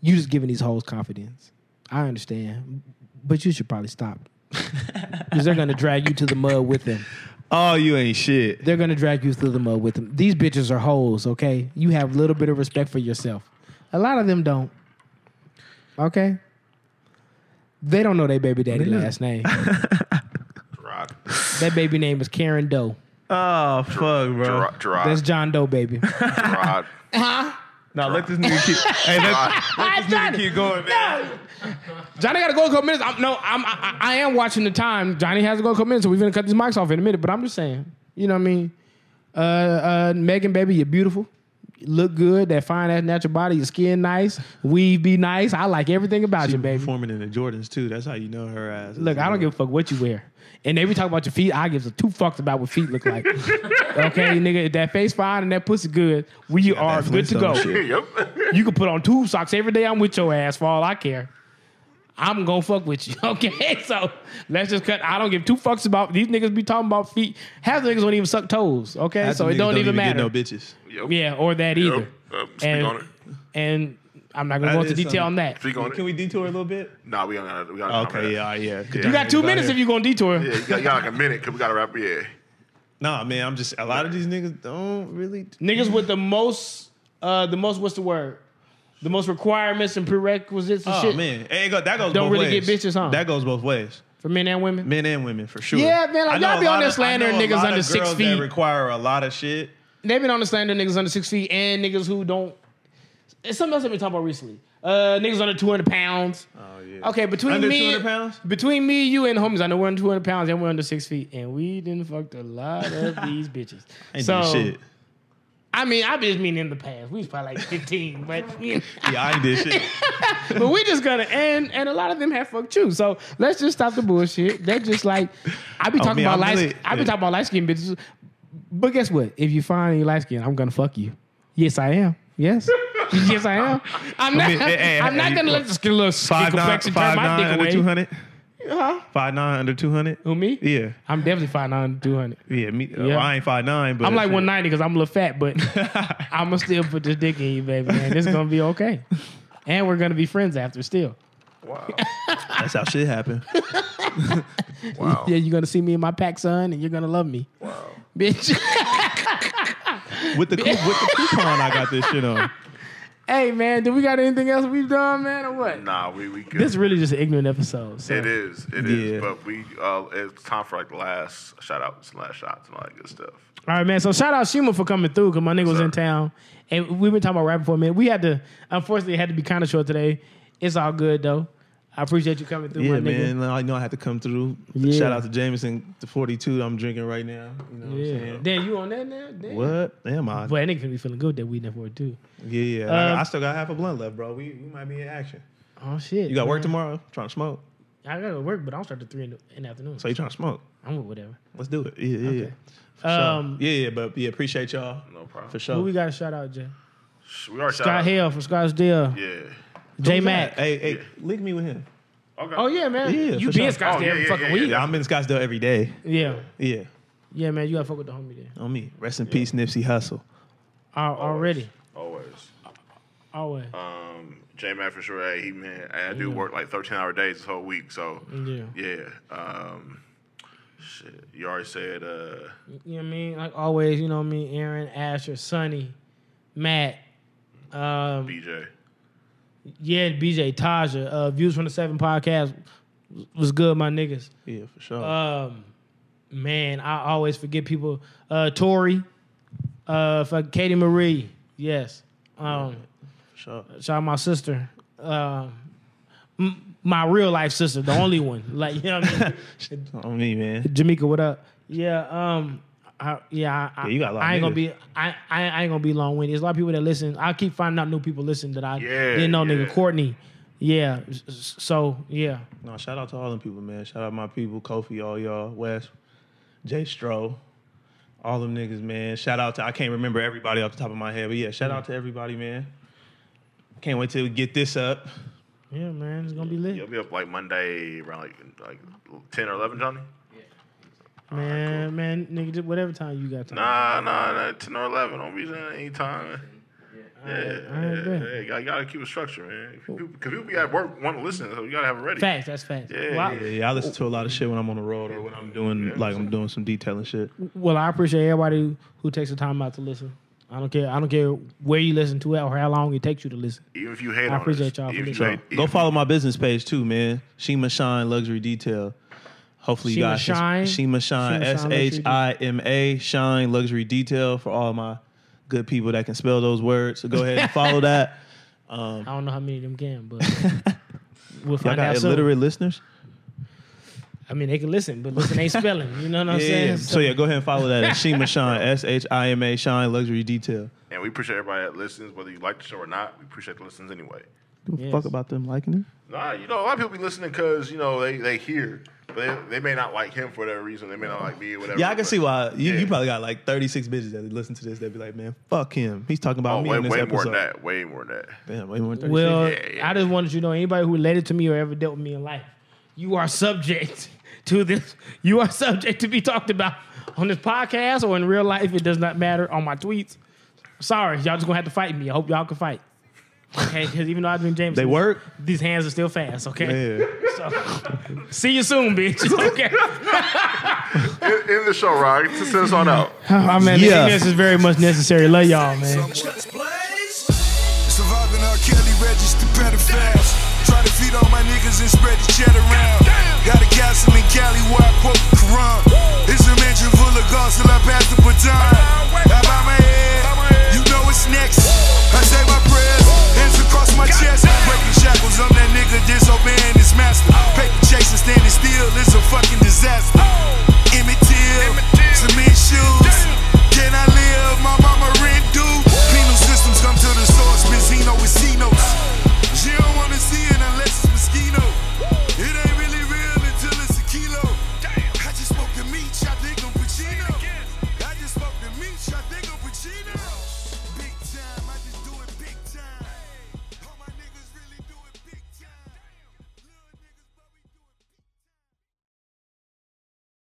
A: You just giving these hoes confidence. I understand, but you should probably stop because they're gonna drag you to the mud with them.
E: Oh, you ain't shit.
A: They're gonna drag you through the mud with them. These bitches are hoes, okay? You have a little bit of respect for yourself. A lot of them don't. Okay? They don't know their baby daddy last name.
D: Gerard,
A: that baby name is Karen Doe.
E: Oh fuck, bro.
D: Gerard, Gerard,
A: That's John Doe, baby.
D: Gerard.
E: Now let this nigga keep. hey, let, let this nigga keep going, man.
A: Johnny got to go a couple minutes. I'm, no, I'm, I, I I am watching the time. Johnny has to go a couple minutes, so we're going to cut these mics off in a minute. But I'm just saying, you know what I mean? Uh, uh, Megan, baby, you're beautiful. You look good. That fine ass natural body. Your skin nice. Weave be nice. I like everything about
E: She
A: you, baby.
E: performing in the Jordans too. That's how you know her ass.
A: Look, I don't give a fuck what you wear. And every talk about your feet, I give a two fucks about what feet look like. okay, nigga, if that face fine and that pussy good, we are
E: that
A: good to go.
E: Flintstone shit.
D: Yep.
A: You can put on tube socks every day. I'm with your ass for all I care. I'm gonna fuck with you. Okay, so let's just cut. I don't give two fucks about these niggas be talking about feet. Half the niggas don't even suck toes. Okay,
E: Half
A: so
E: the
A: it
E: niggas
A: don't, even
E: get
A: matter.
E: No bitches.
D: Yep.
A: yeah, or that
D: Yep.
A: either.
D: Uh, speak
A: And,
D: on it.
A: and I'm not gonna
E: That
A: go into
E: is
A: detail
E: something.
A: on that.
D: Speak on
E: Can
D: it.
E: we detour a little bit?
D: Nah, we gotta. We gotta
E: Okay, yeah, all right, yeah.
A: You got two minutes if you're gonna detour.
D: Yeah, you got, you got like a minute because we gotta wrap. Yeah.
E: Nah, man, I'm just a lot of these niggas don't really.
A: Niggas with the most, uh, the most. What's the word? The most requirements and prerequisites and
E: Oh
A: shit
E: man, hey, go, that goes.
A: Don't
E: both
A: really get
E: ways.
A: bitches, huh?
E: That goes both ways,
A: for men and women.
E: men and women for sure.
A: Yeah, man, like,
E: I know
A: y'all
E: a
A: be on
E: lot
A: there
E: of- I
A: slandering
E: know a
A: niggas
E: lot
A: under
E: of
A: six
E: girls
A: feet.
E: That require a lot of shit.
A: They've been on the slander niggas under six feet and niggas who don't. It's something else I've been talking about recently. Uh, niggas under two hundred pounds.
E: Oh yeah.
A: Okay, between
E: Under
A: me,
E: 200 pounds?
A: between me, you, and homies, I know we're under two hundred pounds and we're under six feet, and we didn't fucked a lot of these bitches.
E: Ain't
A: so
E: doing shit.
A: I mean, I just mean in the past, we was probably like fifteen, but you know.
E: Yeah, I ain't did shit.
A: but we just gonna and and a lot of them have fucked too. So let's just stop the bullshit. They're just like I be
E: Oh,
A: talking about
E: man, I'm
A: light.
E: really-
A: I be talking about light skin bitches. But guess what? If you find any light skin, I'm gonna fuck you. Yes, I am. Yes. yes, I am. I'm not.
E: mean, hey, hey,
A: I'm not
E: hey,
A: gonna
E: you-
A: let the skin little skin
E: Five nine,
A: complexion
E: five
A: turn my
E: nine
A: dick
E: under
A: away.
E: two hundred.
A: Huh?
E: Five nine under two hundred.
A: Who me?
E: Yeah,
A: I'm definitely five nine two hundred.
E: yeah. Me, uh,
A: Yeah.
E: Well, I ain't five nine, but
A: I'm like
E: shit.
A: 190 because I'm a little fat, but I'm gonna still put this dick in you, baby. Man, this is gonna be okay, and we're gonna be friends after still.
D: Wow.
E: That's how shit happened. Oh.
D: Wow.
A: Yeah, you're gonna see me in my pack, son, and you're gonna love me. Wow. Bitch.
E: With the coup- with the coupon, I got this shit on.
A: hey man, do we got anything else we've done, man, or what?
D: Nah, we we good.
A: This is really just an ignorant episode. So.
D: It is. It is.
E: Yeah.
D: But we uh, it's time for like the last shout outs and last shots and all that good stuff.
A: All right, man. So shout out Shima for coming through because my nigga was
D: sir.
A: in town, and we've been talking about rapping for a minute. We had to, unfortunately, had to be kind of short today. It's all good though. I appreciate you coming through,
E: Yeah,
A: my nigga.
E: man. I know I had to come through.
A: Yeah.
E: Shout out to Jameson, the 42 I'm drinking right now. You know what I'm
A: Yeah.
E: saying?
A: Damn, you on that now? Damn.
E: What am I?
A: Boy, that nigga finna be feeling good that we never would do.
E: Yeah, yeah. I-
A: Um,
E: I, still got half a blunt left, bro. We, we might be in action.
A: Oh shit.
E: You got work tomorrow? trying to smoke.
A: I gotta go work, but I'll start at three in the, in the afternoon.
E: So you trying to smoke?
A: I'm with whatever.
E: Let's do it. Yeah, yeah, yeah. For
A: Um,
E: sure. Yeah, yeah. But yeah, appreciate y'all
D: No problem.
E: for
A: Who we
E: sure.
A: got to shout out, Jay?
D: We are shout
A: Scott
D: out.
A: Hale from Scottsdale.
D: Yeah.
A: J Mac.
E: Hey, hey, link me with him.
D: Okay.
A: Oh yeah, man.
E: Yeah,
A: you
E: for
A: be in
E: sure.
A: Scottsdale
D: Oh, yeah,
A: every
D: yeah,
A: fucking
D: yeah,
A: week.
E: Yeah, I'm in Scottsdale every day.
A: Yeah.
E: Yeah,
A: yeah, man. You gotta fuck with the homie there.
E: on me. Rest in peace, Nipsey Hussle.
A: Al- already,
D: Always.
A: always.
D: Um, J Mac for sure. Hey, he man, I do work like 13 hour days this whole week. So
A: yeah.
D: yeah. Um, shit. You already said. Uh,
A: You know what I mean? Like always. You know what I mean? Aaron, Asher, Sonny, Matt. Um,
D: BJ.
A: yeah, BJ, Taja. Uh, Views from the Seven podcast was good, my niggas.
E: Yeah, for sure.
A: Um, man, I always forget people. Uh, Tori, uh, for Katie Marie. Yes. Um.
E: for sure.
A: Shout out my sister. Um, m- my real life sister, the only one. Like, you know what I mean?
E: On me, man.
A: Jamaica, what up? Yeah, um, I, yeah, I,
E: Yeah, you got a lot of
A: I ain't gonna
E: niggas.
A: be, I, I, I ain't gonna be long winded. There's a lot of people that listen. I keep finding out new people listen that I
D: Yeah,
A: didn't know,
D: yeah.
A: nigga. Courtney, yeah. s- s- So yeah,
E: No, shout out to all them people, man. Shout out my people, Kofi, all y'all, Wes, Jay Stro, all them niggas, man. Shout out to I can't remember everybody off the top of my head, but yeah, shout out to everybody, man. Can't wait till we get this up.
A: yeah, man, it's gonna be lit,
D: You'll be up like Monday around like like 10 or 11, Johnny.
A: man, man, nigga. just Whatever time you got time.
D: Nah, nah, nah, 10 or 11. Don't be there anytime. Yeah,
A: alright,
D: yeah,
A: bet.
D: yeah. You gotta keep a structure, man. Because people be at work want to listen, so you gotta have it ready.
A: Facts, that's facts.
D: Yeah,
A: well, I-
E: Yeah, yeah, I listen to a lot of shit when I'm on the road or when I'm doing like I'm doing some detailing shit.
A: Well, I appreciate everybody who takes the time out to listen. I don't care. I don't care where you listen to it or how long it takes you to listen.
D: Even if you hate
A: I
D: on
A: appreciate
D: us,
A: y'all for
D: even if you
E: So
D: hate,
E: go
D: even-
E: follow my business page too, man. Shima Shine Luxury Detail. Hopefully you
A: Shima
E: guys
A: Shine?
E: Shima Shine
A: Shima Shine
E: S
A: Luxury
E: H I M A Shine Luxury Detail for all my good people that can spell those words. So go ahead and follow that.
A: I don't know how many of them can, but we'll
E: Y'all
A: find
E: got
A: out soon.
E: illiterate listeners.
A: I mean, they can listen, but listen ain't spelling. You know what I'm
E: yeah.
A: saying?
E: yeah. So yeah, go ahead and follow that. It's Shima Shine. S H I M A Shine Luxury Detail.
D: And we appreciate everybody that listens, whether you like the show or not. We appreciate the listens anyway.
E: Give a
A: Yes.
E: fuck about them liking it.
D: Nah, you know, a lot of people be listening because you know they they hear, but they, they may not like him for whatever reason. They may not like me or whatever.
E: Yeah, I can
D: but-
E: see why. You,
D: Yeah.
E: you probably got like 36 bitches that listen to this. They'd be like, man, fuck him. He's talking about
D: Oh,
E: me
D: way,
E: on this
D: way more
E: episode.
D: than that. Way more than that.
E: Damn, way more than 36.
A: Well,
D: Yeah, yeah.
A: I just wanted you to know anybody who related to me or ever dealt with me in life, you are subject to this. You are subject to be talked about on this podcast or in real life. It does not matter on my tweets. Sorry, y'all just gonna have to fight me. I hope y'all can fight. Okay, because even though I've been James,
E: they work.
A: These hands are still fast. Okay,
E: Yeah.
A: see you soon, bitch. Okay,
D: In, in the show, Rock. To send us on out.
A: I mean,
E: Yeah.
A: this is very much necessary. Love y'all, man.
G: Surviving R. Kelly registered pedophiles. Try to feed all my niggas and spread the chat around. Got a castle in Cali where I quote the Quran. It's a mansion full of guards till I pass the baton. I bow my head, you know it's next. I say my